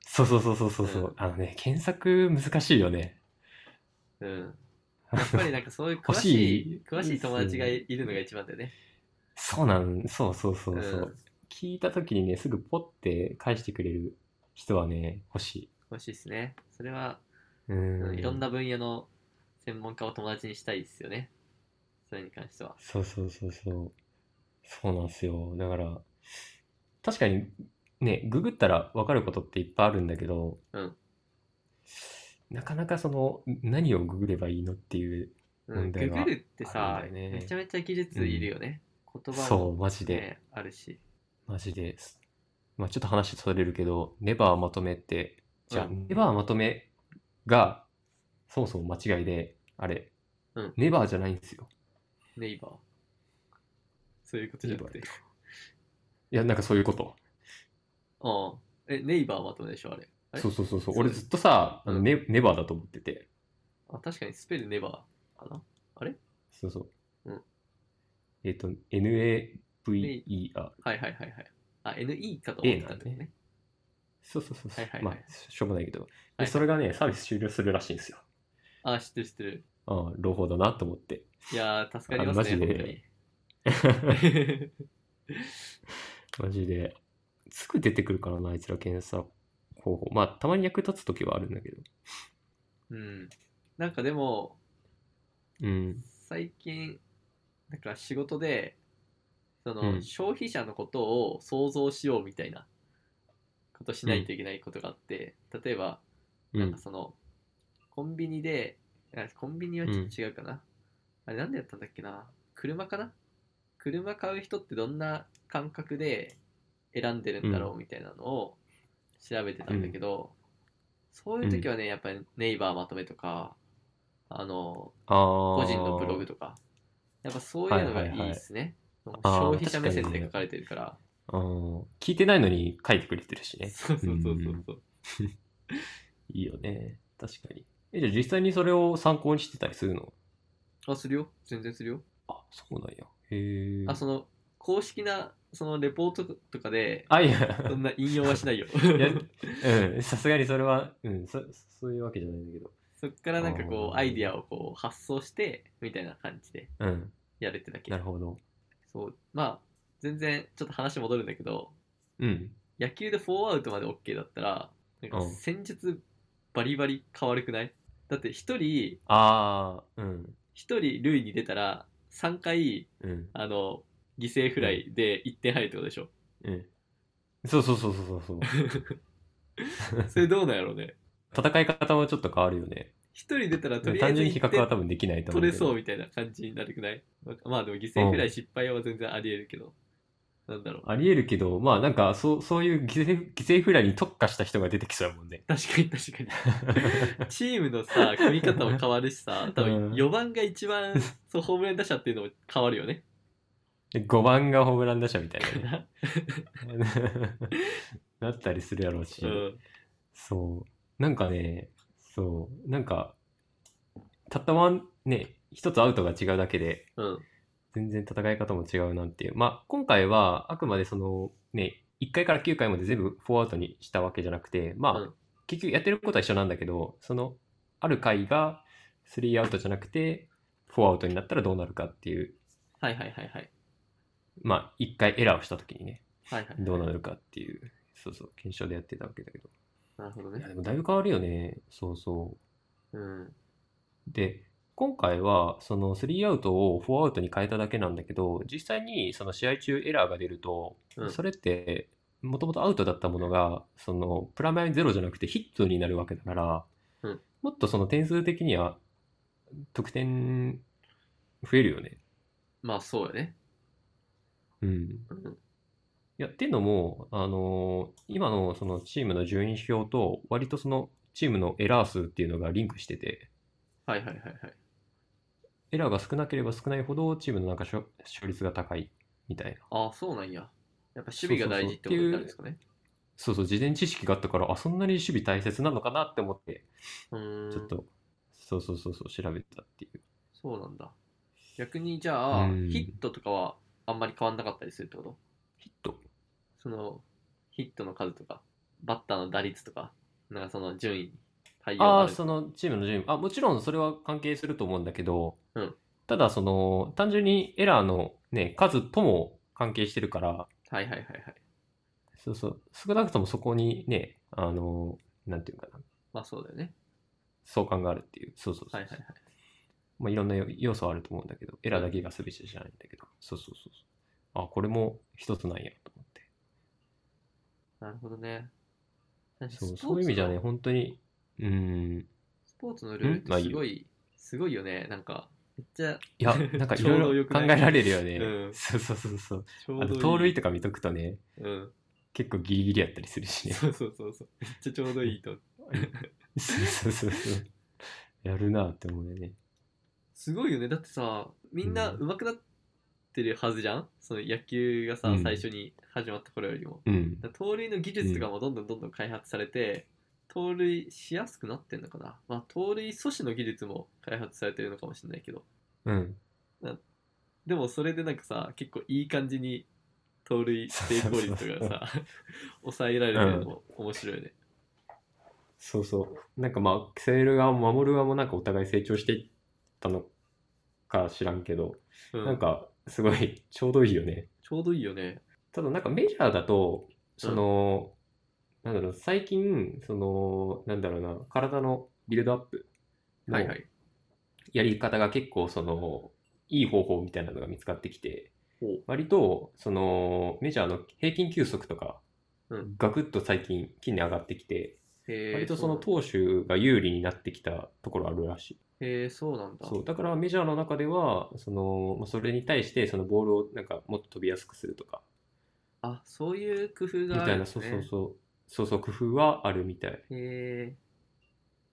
B: そうそうそうそうそうそう、
A: うん
B: あのね検索難しいよね
A: うんやっぱりなんかそういう詳しい詳
B: 欲しい
A: しい友達がいいるのが一番だよね
B: そうなんそうそうそうそう、
A: うん
B: 聞いた時にねすぐポッて返してくれる人はね欲しい
A: 欲しいですねそれは、
B: う
A: うんん、いろんな分野の専門家を友達にしたいですよねそれに関しては
B: そうそうそうそうそうなんですよだから確かにねググったら分かることっていっぱいあるんだけど、
A: うん
B: なかなかその何をググればいいのっていう
A: うん、
B: 問
A: グ
B: 題は
A: グるって
B: あ
A: さ、
B: るんだよね
A: めちゃめちゃ技術いるよね、言葉
B: そ
A: も、
B: うマジで、
A: ね、あるし
B: マジです。まあちょっと話それるけど、ネバーまとめって、じゃあ、
A: うん
B: ネバーまとめが、そもそも間違いで、あれ、
A: うん
B: ネバーじゃないんですよ。
A: ネイバーそういうことじゃなくて
B: いや、なんかそういうこと。
A: ああえネイバーまとめでしょあれあれ
B: そうそうそうそう。
A: そう
B: 俺ずっとさ、あ
A: う
B: の
A: ん
B: ネネバーだと思ってて。
A: あ確かにスペルネバーかな
B: そうそう。
A: うん
B: えっと、NAVER。
A: はいはいはいはい。あ、NE かと思
B: A
A: って
B: な
A: た
B: ん
A: ん
B: だ
A: だ
B: ね
A: ね。ね
B: そうそうそうそう。
A: はいはい
B: ま
A: は
B: あ
A: い、
B: しょうもないけど。で
A: はい
B: それがね、サービス終了するらしいんですよ。
A: あ、知ってる知ってる。
B: ああ、朗報だなと思って。
A: いやー、助かります
B: あマジ
A: ね
B: で、
A: 本当 に。
B: マジで。すぐ出てくるからな、あいつら検査方法。まあ、たまに役立つ時はあるんだけど。
A: うん。なんかでも、
B: うん。
A: 最近、なんか仕事で、その、
B: うん
A: 消費者のことを想像しようみたいなことしないといけないことがあって、例えば、
B: う
A: なん
B: ん
A: か。その、コンビニで、あコンビニはちょっと違うかな。あれ、なんでやったんだっけな。車かな車買う人ってどんな感覚で選んでるんだろうみたいなのを調べてたんだけど、そういう時はね、やっぱりネイバーまとめとか、あの、
B: ああ。
A: 個
B: 個
A: 人のブログとか、やっぱそういうのがいいですね。
B: はいはいはいあー
A: 消費者目線で書かれてるから。
B: あー聞いてないのに書いてくれてるし ね。
A: そうそうそうそうそう。
B: いいよね。確かに。え、じゃあ実際にそれを参考にしてたりするの
A: あ、するよ。全然するよ。
B: あ、そうなんや。へえ。
A: あ、その、公式な、その、レポートとかで、
B: あ、いや、
A: そんな引用はしないよ。
B: うん、さすがにそれは、うん、そそういうわけじゃないんだけど。
A: そっからなんかこ
B: あ
A: う、
B: ー
A: アイディアをこう、発想して、みたいな感じで
B: うん、
A: やるってだけ
B: な。るほど。
A: そう。まあ、全然、ちょっと話戻るんだけど、
B: うん。
A: 野球で4アウトまで OK だったら、なんか
B: うん
A: 戦術バリバリ変わるくないだって一人、
B: ああ、うん、
A: 一人塁に出たら、3回、
B: うん、
A: あの、犠牲フライで1点入るってことでしょ。
B: うん。そうそうそうそ うそう。
A: それどうなんやろうね。
B: 戦い方もちょっと変わるよね。
A: 一人出たらとりあえ
B: 単
A: ず
B: 純に比
A: 1
B: 較は
A: 点
B: 多分できないと思う
A: 取
B: け
A: れ
B: ど。
A: そうみたいな感じになるくないまあでも犠牲フライ失敗は全然ありえるけど、なんだろう。
B: ありえるけど、まあなんかそうそういう犠牲犠牲フライに特化した人が出てきそうやもんね
A: 確かに確かにチームのさ組み方も変わるしさ多
B: う
A: 分
B: ん
A: 4番が一番そうホームラン打者っていうのも変わるよね
B: 5番がホームラン打者みたいなね。 なったりするやろうし、
A: うん
B: そう。なんかね、そう、なんか、たったワン、ね、一つアウトが違うだけで、
A: うん
B: 全然戦い方も違うなっていう。まあ今回はあくまでその、ね、1回から9回まで全部4アウトにしたわけじゃなくて、まあ、
A: うん
B: 結局やってることは一緒なんだけど、その、ある回が3アウトじゃなくて、4アウトになったらどうなるかっていう、
A: はいはいはいはい
B: まあ、一回エラーをした時にね、
A: はいはい
B: どうなるかっていう、そうそう、検証でやってたわけだけど。
A: なるほど
B: い
A: ね。
B: やでもだいぶ変わるよね。そうそう。
A: うん。
B: で、今回はその3アウトを4アウトに変えただけなんだけど、実際にその試合中エラーが出ると、
A: うん
B: それってもともとアウトだったものが、そのプラマイゼロじゃなくてヒットになるわけだから、
A: うん
B: もっとその点数的には得点増えるよね。
A: まあそうよね。
B: うん。
A: うん。
B: いや、っていうのも、あのー今のそのチームの順位表と、割とそのチームのエラー数っていうのがリンクしてて、
A: はいはいはいはい。
B: エラーが少なければ少ないほどチームのなんか勝勝率が高いみたいな。
A: ああ、そうなんや。やっぱ守備が大事ってことになるんですかね。
B: そうそう、事前知識があったから、あ、そんなに守備大切なのかなって思って、
A: うーん。
B: ちょっと、そうそうそうそう、調べたっていう。
A: そうなんだ。逆にじゃあ、
B: うん
A: ヒットとかはあんまり変わんなかったりするってこと
B: ヒット
A: そのヒットの数とか、バッターの打率とか、なんかその順位、対応
B: あ
A: あ
B: あ、
A: る
B: そのチームの順位。あ、もちろんそれは関係すると思うんだけど、
A: うん
B: ただその、単純にエラーのね、数とも関係してるから、
A: はいはいはいはい。
B: そうそう。少なくともそこにね、あの、なんていうかな、
A: まあそうだよね。
B: 相関があるっていう。そうそうそう。
A: はいはいはい。
B: まあ、いろんな要要素はあると思うんだけど、エラーだけが全てじゃないんだけど。そうそうそうそう。あ、これも一つなんやと思って。
A: なるほどね。
B: そう、
A: スポーツ
B: そういう意味じゃね、
A: の
B: 本当に、うーん。い
A: スポーツのルール
B: んまあ
A: って
B: い
A: す
B: いよ
A: ごい、すごいよね。なんか、めっちゃ、
B: や、なんかい
A: ちょうど
B: ろい
A: よ
B: ろ
A: く
B: 考
A: ない
B: えられるよね。
A: うん
B: そうそうそうそう。
A: ちょう
B: あ
A: どい
B: と、
A: い。
B: 盗塁とか見とくとね、
A: うん。
B: 結構ギリギリやったりするしね。
A: そうそうそうそう。めっちゃちょうどいいと思う。
B: そうそうそう。やるなって思うよね。
A: すごいよね。だってさ、みんな
B: うん
A: 上手くなってるはずじゃん、その野球がさ、
B: うん
A: 最初に始まった頃よりも。
B: うん。
A: だから盗塁の技術とかもどんどんどんどん開発されて、盗塁しやすくなってんのかな。まあ、盗塁阻止の技術も開発されてるのかもしれないけど。
B: うん。
A: でもそれでなんかさ、結構いい感じに盗塁成功率とかがさ、 抑えられてるのも面白いよね。
B: そうそう。なんかまあ、セール側も守る側もなんかお互い成長していったのか知らんけど、
A: うん
B: なんかすごいちょうどいいよね。
A: ちょうどいいよね。
B: ただなんかメジャーだと、その、なんだろう、最近、その、なんだろうな、体のビルドアップの
A: はいはい。
B: やり方が結構その、いい方法みたいなのが見つかってきて、
A: ほう
B: 割と、その、メジャーの平均球速とか
A: うん、
B: ガクッと最近、近年上がってきて、
A: へー
B: 割とその
A: う
B: 投手が有利になってきたところあるらしい。
A: へえ、そうなんだ。
B: そうだからメジャーの中ではそのまあそれに対してそのボールをなんかもっと飛びやすくするとか
A: あ、そういう工夫
B: み
A: があ
B: た
A: る
B: い
A: ん
B: な、
A: です
B: そう
A: ね。
B: そうそうそうそう工夫はあるみたい。
A: へえ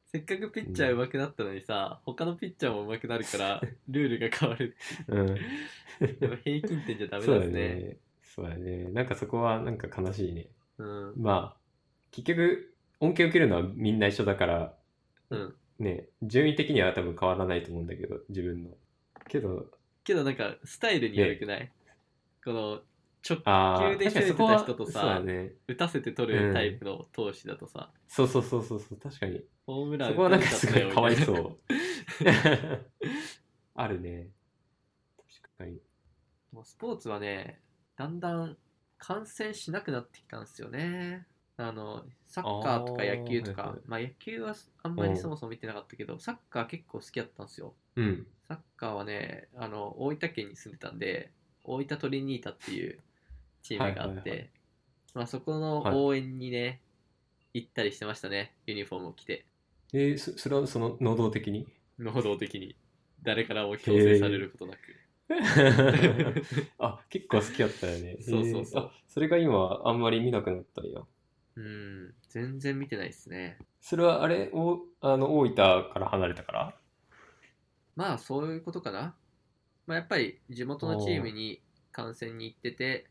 A: せっかくピッチャー上手くなったのにさ、他のピッチャーも上手くなるから ルールが変わる
B: うん、
A: で も平均点じゃダメ
B: そう
A: なん
B: だ
A: ですね
B: ね。そうだね。なんかそこはなんか悲しいね。
A: うん
B: まあ結局恩恵を受けるのはみんな一緒だから
A: うん
B: ね順位的には多分変わらないと思うんだけど自分の。けど
A: けどなんかスタイルによくない、この直
B: ああ
A: 球で
B: 確か
A: 勝
B: にそ
A: 負
B: こ
A: 出
B: は
A: た人とさ
B: そうだね。
A: 打たせて取るタイプの投手だとさ、
B: そうそうそうそうそう確かに。
A: ホームラン
B: そこはなんかすごいかわい
A: 打たれちゃ
B: そ
A: ったよ
B: う。 あるね。確
A: みた
B: かに。
A: いなもうスポーツはねだんだん感染しなくなってきたんですよねあのサッカーとか野球と
B: あー
A: か
B: はいはい
A: まあ野球はあんま
B: う
A: り
B: ん
A: そもそも見てなかったけど、サッカー結構好きだったんですよ
B: うん。
A: サッカーはね、あの大分県に住んでたんで、大分トリニータっていうチームがあっ
B: はいはいは
A: て、まあそこの応援にね、行ったりしてましたね、ユニフォームを着て、
B: えーそそれはその能動的に
A: 能動的に、誰からも強制されることなく。
B: あ、結構好きやったよね。
A: そうそうそう
B: えーあそれが今あんまり見なくなったんや。
A: うん、全然見てないですね。
B: それはあれ、おあの大分から離れたから
A: まあそういうことかな。まあやっぱり地元のチームに観戦に行ってて、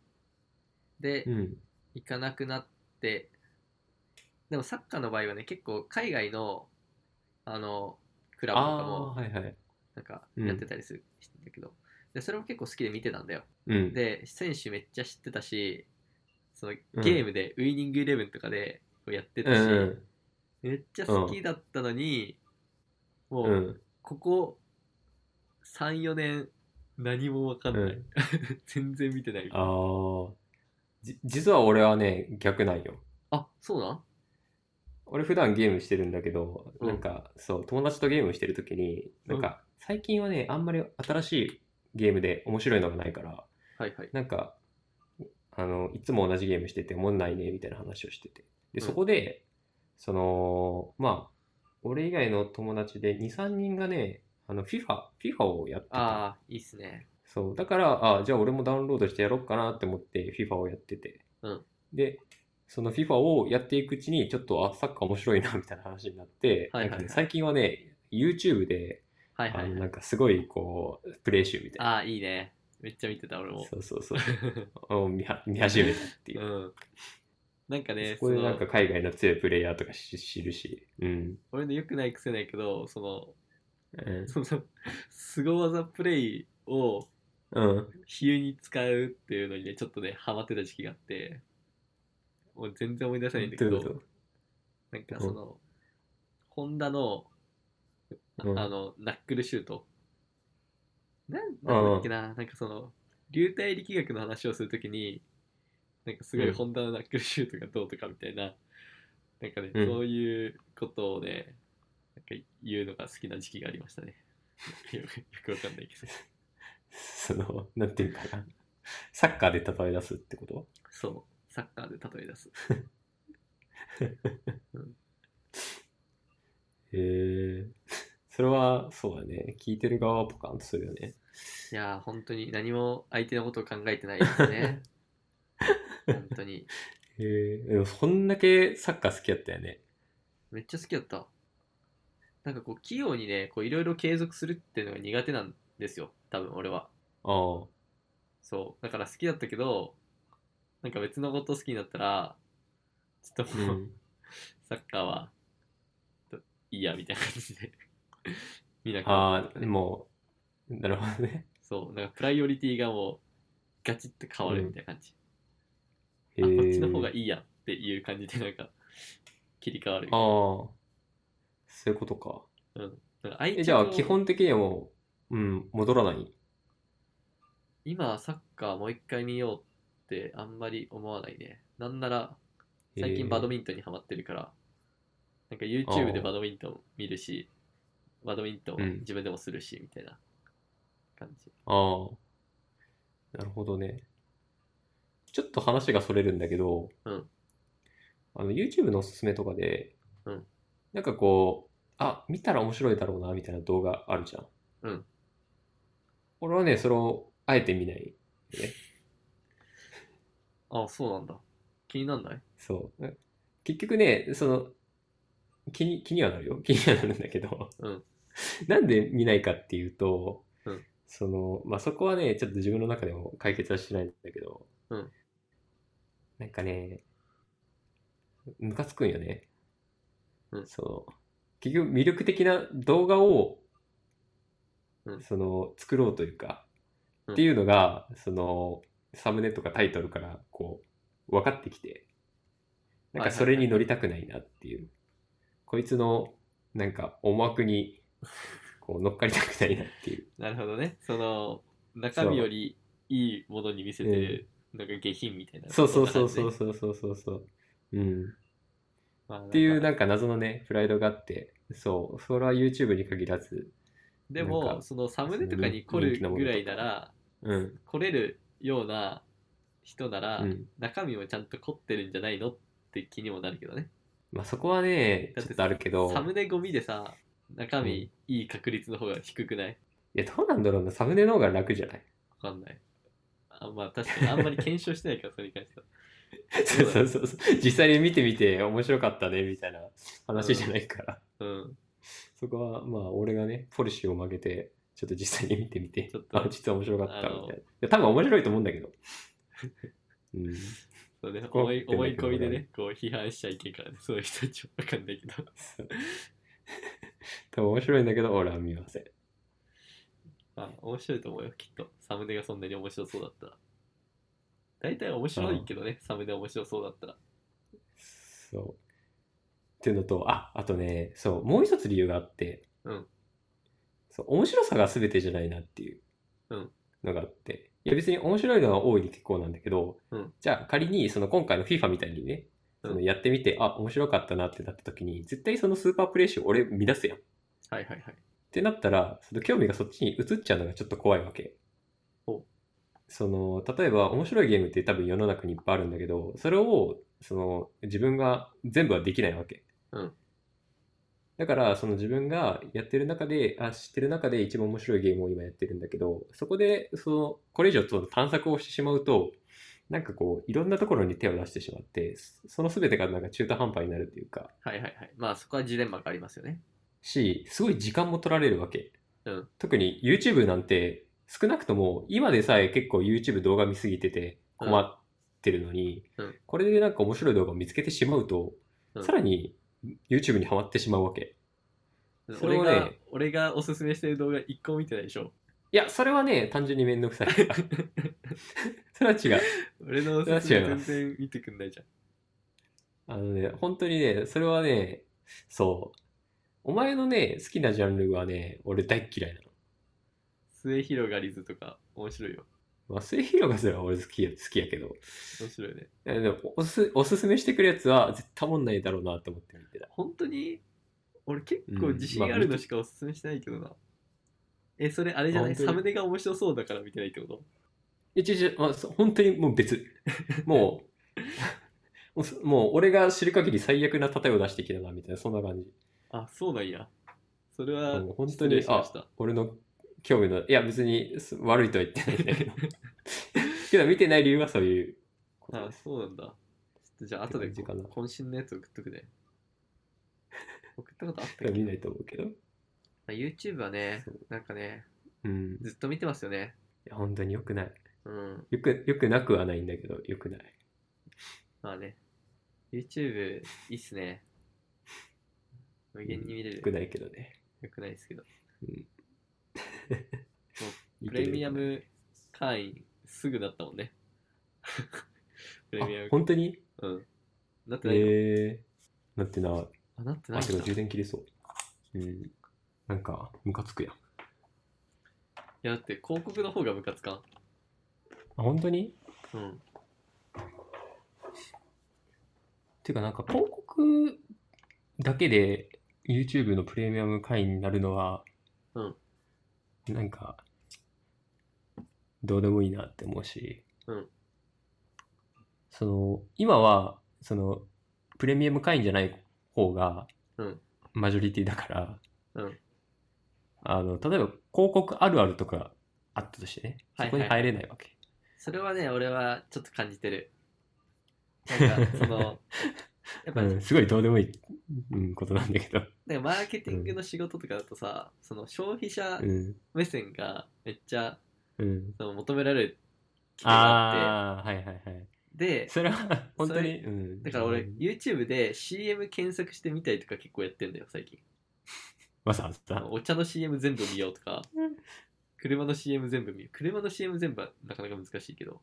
A: で、
B: うん。
A: 行かなくなってでもサッカーの場合はね結構海外のあのクラブとか
B: あ
A: も
B: あー、はいはい。
A: なんか
B: うん
A: やってたりするしてんだけど、でそれも結構好きで見てたんだよ
B: うん。
A: で選手めっちゃ知ってたしその
B: うん
A: ゲームでウイニングイレブンとかでこうやって
B: う
A: たし、
B: んうん
A: めっちゃ好きだったのに、も
B: う。
A: うんここ34年何も分かんない、
B: うん
A: 全然見てないあ
B: ああ。じ実は俺はね、逆なんよ。
A: そうなん
B: 俺普段ゲームしてるんだけど、
A: うん
B: なんかそう友達とゲームしてる時になんか最近はねあんまり新しいゲームで面白いのがないから
A: はいはい。
B: なんかあのいつも同じゲームしてておもんないねみたいな話をしててで
A: うん
B: そこで、そのまあ俺以外の友達で23人がねあの FIFA, FIFA をやってた
A: ああ、いいっすね。
B: そうだからあじゃあ俺もダウンロードしてやろうかなって思って FIFA をやってて、
A: うん
B: でその FIFA をやっていくうちにちょっとあサッカー面白いなみたいな話になって、
A: はいはいはい
B: なんかね最近はね YouTube で、
A: はいは
B: あ
A: い
B: の
A: は。
B: ないんかすごいこうプレイ集みたいな
A: ああ、いいね。めっちゃ見てた、俺も。
B: そうそうそうを見は見始めたってい う
A: うん。なんかね、
B: そこで
A: その
B: なんか海外の強いプレイヤーとかし知るし、うん。
A: 俺の良くない癖ないけど、その、
B: うん。
A: その、すご技プレイを
B: うん、
A: 比喩に使うっていうのにね、ちょっとね、ハマってた時期があって、もう全然思い出せないんだけ
B: どうい
A: ど、
B: うこ
A: なんかその、ホンダの、あ
B: うん
A: あの、ナックルシュート。なんなんだっけな、なんかその、流体力学の話をするときに、なんかすご
B: う
A: い
B: ん
A: ホンダのナックルシュートがどうとかみたいな、なんかね、
B: うん
A: そういうことをね、なんか言うのが好きな時期がありましたね。よくよくわかんないけど。
B: その、なんていうかな。サッカーで例え出すってこと
A: そう、サッカーで例え出す。
B: へえ。 それは、そうだね。聞いてる側はポカンとするよね。
A: いやー、本当に何も相手のことを考えてないですね。 本当に。
B: へえ。でも、そんだけサッカー好きやったよね。
A: めっちゃ好きだった。なんかこう、器用にね、こう、いろいろ継続するっていうのが苦手なんですよ。多分、俺は。
B: ああ。
A: そう。だから好きだったけど、なんか別のこと好きになったら、ちょっと
B: う
A: もう、
B: ん。
A: サッカーは、といいや、みたいな感じで、見なくなっ
B: あ
A: た
B: あ、
A: ね、
B: もう、なるほどね。
A: そう。なんかプライオリティがもう、ガチッと変わるみたいな感じ。
B: へ
A: あ、
B: え。
A: こっちの方がいいやっていう感じで、なんか、切り替わる。
B: ああ。そういうことか。
A: なんか相手
B: え、じゃあ、
A: の
B: 基本的にはもう、うん、戻らない。
A: 今サッカーもう一回見ようってあんまり思わないね。なんなら最近バド
B: ミン
A: ミントンにハマってるから、なんか YouTube でバドミントン見るし、バドミント
B: うん
A: ン自分でもするし、みたいな感じ。
B: ああ、なるほどね。ちょっと話がそれるんだけど、
A: うん
B: あの YouTube のおすすめとかで、
A: うん
B: なんかこう、あ、見たら面白いだろうな、みたいな動画あるじゃん。
A: うん
B: 俺はね、それをあえて見ない。
A: ああ、そうなんだ。気になんない
B: そう。結局ね、その、気に、気にはなるよ。気にはなるんだけど、
A: うん
B: なんで見ないかっていうと、
A: うん
B: その、まあ、そこはね、ちょっと自分の中でも解決はしてないんだけど、
A: うん
B: なんかね、ムカつくんよね。
A: うん
B: その、結局魅力的な動画を、
A: うん
B: その、作ろうというか、
A: うん
B: っていうのが、その、サムネとかタイトルから、こう、分かってきて、なんかそれに乗りたくないなっていう。こいつの、なんか思惑に、こう乗っかりたくないなっていう。
A: なるほどね。その、中身よりいいものに見せてる、なんか下品みたいな。
B: そうそうそ
A: ん
B: う
A: な感じ
B: そ
A: ね
B: うそうそうそうそう。うん。っ
A: まあなんか
B: ていうなんか謎のね、プライドがあって、そう、それは YouTube に限らず、
A: で
B: なん
A: も、
B: か
A: そのサムネとかに来るぐらいなら、
B: うん、
A: 来れるような人なら、
B: うん。
A: 中身もちゃんと凝ってるんじゃないのって気にもなるけどね
B: まあそこはね、
A: だっ
B: ち
A: て
B: ょっとあるけど、
A: サムネゴミでさ中
B: うん
A: 身いい確率の方が低くない
B: いや、どうなんだろうな、サムネの方が楽じゃない
A: わかんないあまあ確かにあんまり検証してない からそれに関しては
B: そうそうそうそう。実際に見てみて面白かったね、みたいな話じゃないから。
A: うん
B: そこは、まあ、俺がね、ポリシーを曲げて、ちょっと実際に見てみて、
A: ちょっと
B: あ、実は面白かった、みた
A: あ
B: い
A: の
B: な。いや多分面白いと思うんだけど。うん、
A: そうね
B: こ
A: 思い
B: って
A: 思
B: ない
A: い
B: けど
A: 込みでねこう批判しちゃいけんからねそういう人たちはわかんないけど
B: 多分面白いんだけど、俺は見ません。
A: まあ面白いと思うよきっとサムネがそんなに面白そうだったら大体面白いけどねサムネ面白そうだったら
B: そう。っていうのと、あ、あとね、そう、もう一つ理由があって、
A: うん
B: そう、面白さが全てじゃないなっていう
A: うん
B: のがあって、いや別に面白いのは多いで結構なんだけど、
A: うん
B: じゃあ仮に、その今回の FIFA みたいにね、
A: うん
B: そのやってみて、あ、面白かったなってなった時に、絶対そのスーパープレイ集俺見出すやん。っ
A: はいはいはい。
B: てなったら、その興味がそっちに移っちゃうのがちょっと怖いわけ
A: ほ。
B: その、例えば面白いゲームって多分世の中にいっぱいあるんだけど、それを、その、自分が全部はできないわけ。
A: うん
B: だから、その自分がやってる中で、あ、知ってる中で一番面白いゲームを今やってるんだけど、そこで、その、これ以上その探索をしてしまうと、なんかこう、いろんなところに手を出してしまって、その全てがなんか中途半端になるというか、
A: はいはいはい。まあそこはジレンマがありますよね。
B: し、すごい時間も取られるわけ。
A: うん
B: 特に YouTube なんて、少なくとも今でさえ結構 YouTube 動画見すぎてて困ってるのに、
A: うん
B: これでなんか面白い動画を見つけてしまうと、
A: うん
B: さらに YouTube にハマってしまうわけ。それ
A: 俺
B: はね
A: が、俺がおすすめしてる動画一個も見てないでしょ。
B: いや、それはね、単純にめんどく さいから。それは違う。
A: 俺のおすすめ全然見てくんないじゃん。
B: あのね、本当にね、それはね、そう。お前のね、好きなジャンルはね、俺大っ嫌いなの。
A: 末広がりずとか面白いよ。
B: まあ、末広がすれば俺好きや、好きやけど。
A: 面白いよね。
B: えでもおす、おすすめしてくるやつは絶対おもんないだろうなと思って見てた。
A: 本当に俺結
B: う
A: 構
B: ん
A: 自信あるのしかおすすめしてないけどな。え、それあれじゃな
B: あ
A: い
B: 本当に
A: サムネが面白そうだから見てないってこと
B: いや、違う違う、まあ、そ本当にも う別。もう、も うそ、もう俺が知る限り最悪な例えを出してきたな、みたいな、そんな感じ。
A: あ、そうなんや。それは
B: もう本当
A: 失
B: に
A: 礼しました。
B: 俺の興味の、いや、別にす悪いとは言ってない んだけど。けど、見てない理由はそういうこと
A: あ
B: です。
A: そうなんだ。ちょっとじゃあ後で
B: って感じかな
A: 渾身のやつ送っとく ね。送ったことあった
B: いや
A: っけ
B: 見ないと思うけど。
A: まあ YouTube はね
B: そう、
A: なんかね、
B: うん。
A: ずっと見てますよね。
B: いや、本当に良くない。
A: うん。
B: よく、よくなくはないんだけど、良くない。
A: まあね。YouTube いいっすね。無限に見れ
B: 良
A: る
B: く。ないけどね。
A: よくないですけど。
B: いい
A: プ
B: けど
A: レミアム会員すぐだったもんね。プレ
B: あ
A: ミアム。
B: 本当に
A: うん。なってないの、
B: えー、なってない。
A: あ、なってな
B: あ、
A: い
B: け
A: ん
B: ど
A: だ
B: 充電切れそう。うん。なんか、ムカつくやん。
A: いや、だって広告の方がムカつかん。
B: あ、本当に
A: うん。
B: ていうか、なんか広告だけで YouTube のプレミアム会員になるのは、
A: うん。
B: なんか、どうでもいいなって思うし、
A: うん。
B: その、今は、その、プレミアム会員じゃない方が、
A: うん
B: マジョリティだから、
A: うん。
B: あの、例えば広告あるあるとかあったとしてね、そこに入れないわけ。
A: それはね、俺はちょっと感じて る。なんか、その、やっぱ、
B: うん、すごいどうでもいい、うん、ことなんだけど。
A: なんかマーケティングの仕事とかだとさ、その消費者
B: うん。
A: 目線がめっちゃ
B: うん。
A: その求められる機会があっ
B: ああ、はいはいはい。
A: て、で、
B: それは本当
A: そ
B: に、
A: れ
B: うん。
A: だから
B: う
A: 俺
B: ん、
A: YouTube で CM 検索してみたりとか結構やってんだよ、最近。
B: わざわざ。
A: お茶の CM 全部見ようと か
B: うん、
A: 車の CM 全部見よう。車の CM 全部はなかなか難しいけど、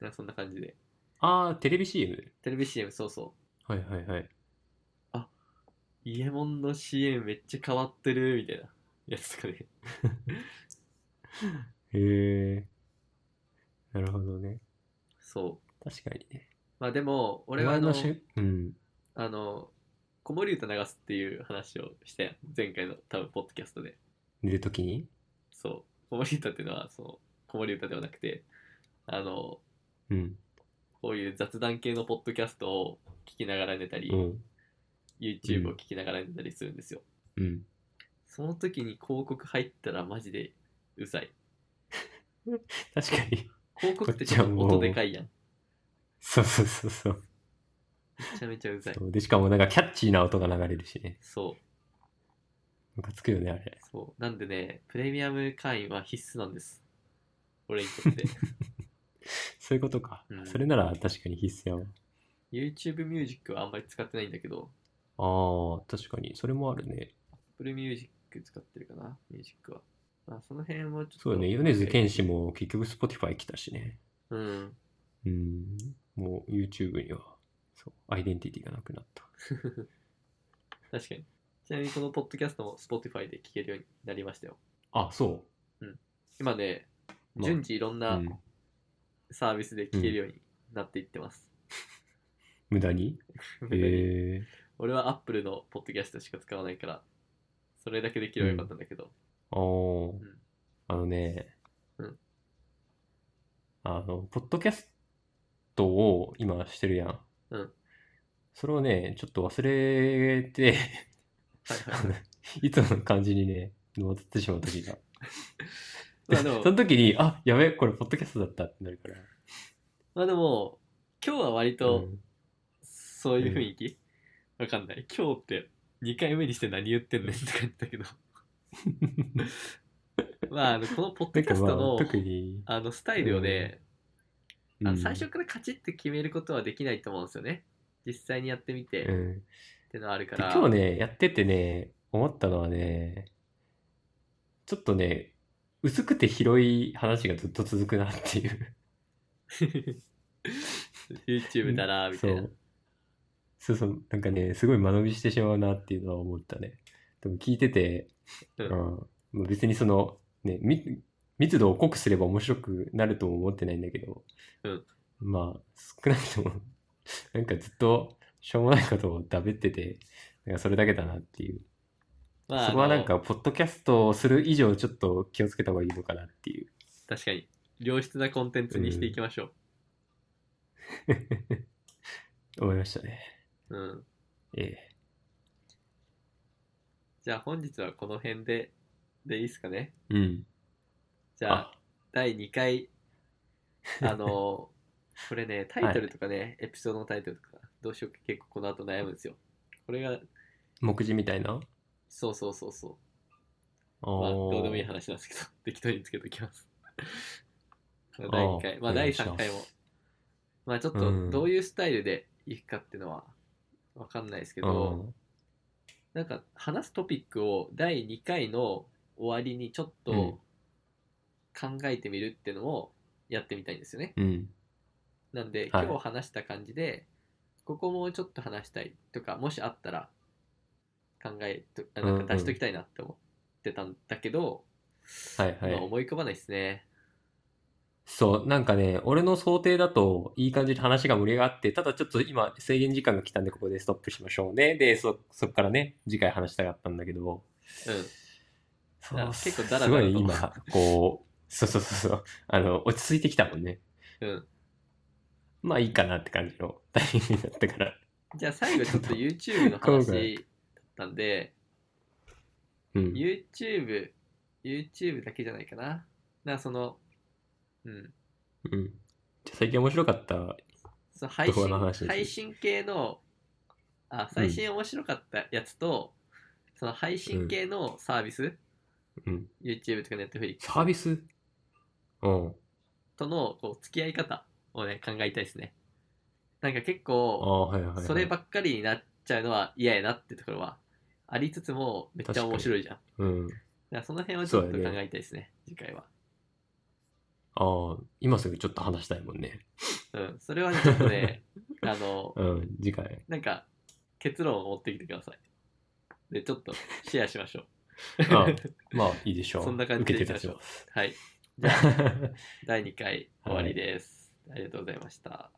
A: なんかそんな感じで。
B: ああ、テレビ CM。
A: テレビ CM、そうそ
B: はいはいはい。
A: う。イエモンの CM めっちゃ変わってる、みたいな やつとかね。
B: へえ。なるほどね。
A: そう。
B: 確かにね。
A: まあでも、俺はあの、
B: お前のしゅうん。
A: あの、子守歌流すっていう話をしたやん前回の多分、ポッドキャストで。
B: 寝るときに
A: そう。子守歌っていうのは、その、子守歌ではなくて、あの、
B: うん。
A: こういう雑談系のポッドキャストを聞きながら寝たり、
B: うん。
A: YouTube を聞きながら寝たりするんですよ。
B: うん。
A: その時に広告入ったらマジでうざい。
B: 確か に。
A: 広告って
B: こ
A: ち
B: っち
A: ょ
B: は
A: っと
B: もう
A: 音でかいやん。
B: そうそうそうそう。
A: めちゃめちゃうざい。
B: そうで、しかもなんかキャッチーな音が流れるしね。
A: そう、
B: ムカつくよね、あれ。
A: そう。なんでね、プレミアム会員は必須なんです。俺に とって。
B: そういうことか。
A: うん
B: それなら確かに必須やわ。
A: YouTube ミュージックはあんまり使ってないんだけど、
B: ああ、確かに。それもあるね。
A: Apple Music 使ってるかな、ミュージックは。まあ、その辺はちょっと。
B: そうだね。米津玄師も結局 Spotify 来たしね。
A: うん。
B: うん。もう YouTube には、そう、アイデンティティがなくなった。
A: 確かに。ちなみにこのポッドキャストも Spotify で聴けるようになりましたよ。
B: あ、そ
A: 今ね、
B: う。まあ
A: 順次いろんな
B: うん
A: サービスで聴けるようになっていってます。
B: 無駄に えー、
A: 俺は Apple のポッドキャストしか使わないから、それだけできればよかったんだけど。
B: あー
A: ん
B: あのね、
A: うん
B: あの、ポッドキャストを今してるやん。
A: うん
B: それをね、ちょっと忘れて、
A: はいはい
B: あのいつもの感じにね、戻ってしまう時が。
A: まあで
B: で
A: も
B: その時に、あ、やべ、これポッドキャストだったってなるから。
A: まあでも、今日は割
B: う
A: と
B: ん
A: そういう雰囲気、わかんない。今日って2回目にして何言ってんねんって感じだけ ど。まあ、あのこのポッド
B: なん
A: キャ
B: か
A: スト
B: ま
A: の
B: あ、特に、
A: あのスタイルをね、あの
B: うん
A: 最初からカチッて決めることはできないと思うんですよね。実際にやってみて
B: う
A: っ
B: ん。
A: てのはあるか
B: で
A: ら。
B: 今日ね、やっててね、思ったのはね、ちょっとね、薄くて広い話がずっと続くなっていう。
A: YouTube だなみた
B: そ
A: いな。
B: う。そうそう、なんかね、すごい間延びしてしまうなっていうのは思ったね。でも聞いてて、
A: うん
B: うん、まあ別にその、ね、み密度を濃くすれば面白くなるとも思ってないんだけど、
A: うん
B: まあ、少なくとも、なんかずっとしょうもないことをだべってて、なんかそれだけだなっていう。
A: まあ、
B: そこはなん
A: あ
B: か、
A: の
B: ポッドキャストをする以上、ちょっと気をつけた方がいいのかなっていう。
A: 確かに良質なコンテンツにしていきましょ
B: 思いましたね。
A: う。うん。
B: ええ。
A: じゃあ本日はこの辺ででいいですかね。
B: うん。
A: じゃあ第2回、あの ーこれね、タイトルとかね、エピソードのタイトルとか、どうしようか結構この後悩むんですよ。これが、
B: 目次みたいな
A: そうそうそうそう。まあ、
B: お
A: どうでもいい
B: ー
A: 話なんですけど、 適当につけときます。 まあ
B: ー
A: 第2回、まあ
B: お願
A: 第
B: いします
A: 3回も、まあちょっ
B: う
A: と
B: ん
A: どういうスタイルでいくかっていうのはわかんないですけど、なんか話すトピックを第2回の終わりにちょっ
B: うん
A: と考えてみるっていうのをやってみたいんですよね。
B: うん。うん。
A: なんで、
B: はい
A: 今日話した感じで、ここもうちょっと話したいとか、もしあったら考えと、あなんか出しときたいなって思ってたんだけど、
B: はい
A: 今
B: はい。
A: 思い浮かばないですね。
B: そう、なんかね、俺の想定だと、いい感じで話が盛り上がって、ただちょっと今、制限時間が来たんで、ここでストップしましょうね。で、そ、そっからね、次回話したかったんだけど、
A: う
B: そう
A: あ結構ダラダ
B: すご
A: ラと
B: い今、こう、そうそうそうそう、あの、落ち着いてきたもんね。
A: ん。うん。
B: まあいいかなって感じのタイミングだったから。
A: じゃあ最後ちょっと YouTube の
B: 今回
A: 話だったんで、
B: うん。
A: YouTube、YouTube だけじゃないかな。な、その、うん。
B: うん。じゃあ最近面白かった。
A: その配
B: 動画の
A: 信
B: 話です
A: 配信系の、あ、最新面白かったやつと、その配信系のサービス、
B: うん。
A: YouTube とか Netflix
B: サービスうん。
A: とのこう付き合い方をね、考えたいですね。なんか結
B: あ
A: 構、
B: あ、はいはい、はい。
A: そればっかりになっちゃうのは嫌やなってところはありつつも、めっちゃ面白いじゃん。
B: うん。
A: だからその辺はちょっと
B: そう
A: 考
B: だ
A: え
B: ね
A: たいですね、次回は。
B: ああ、今すぐちょっと話したいもんね。
A: うん、それはねちょっとね、 あの、
B: うん、次回。
A: なんか結論を持ってきてください。で、ちょっとシェアしましょう。
B: あまあいいでしょう。
A: そんな感じで
B: 受
A: い
B: け
A: き
B: て
A: まし
B: 立ち
A: ょう
B: ます。
A: はい、
B: じゃあ。
A: 第2回終わりです。ありがとうございました。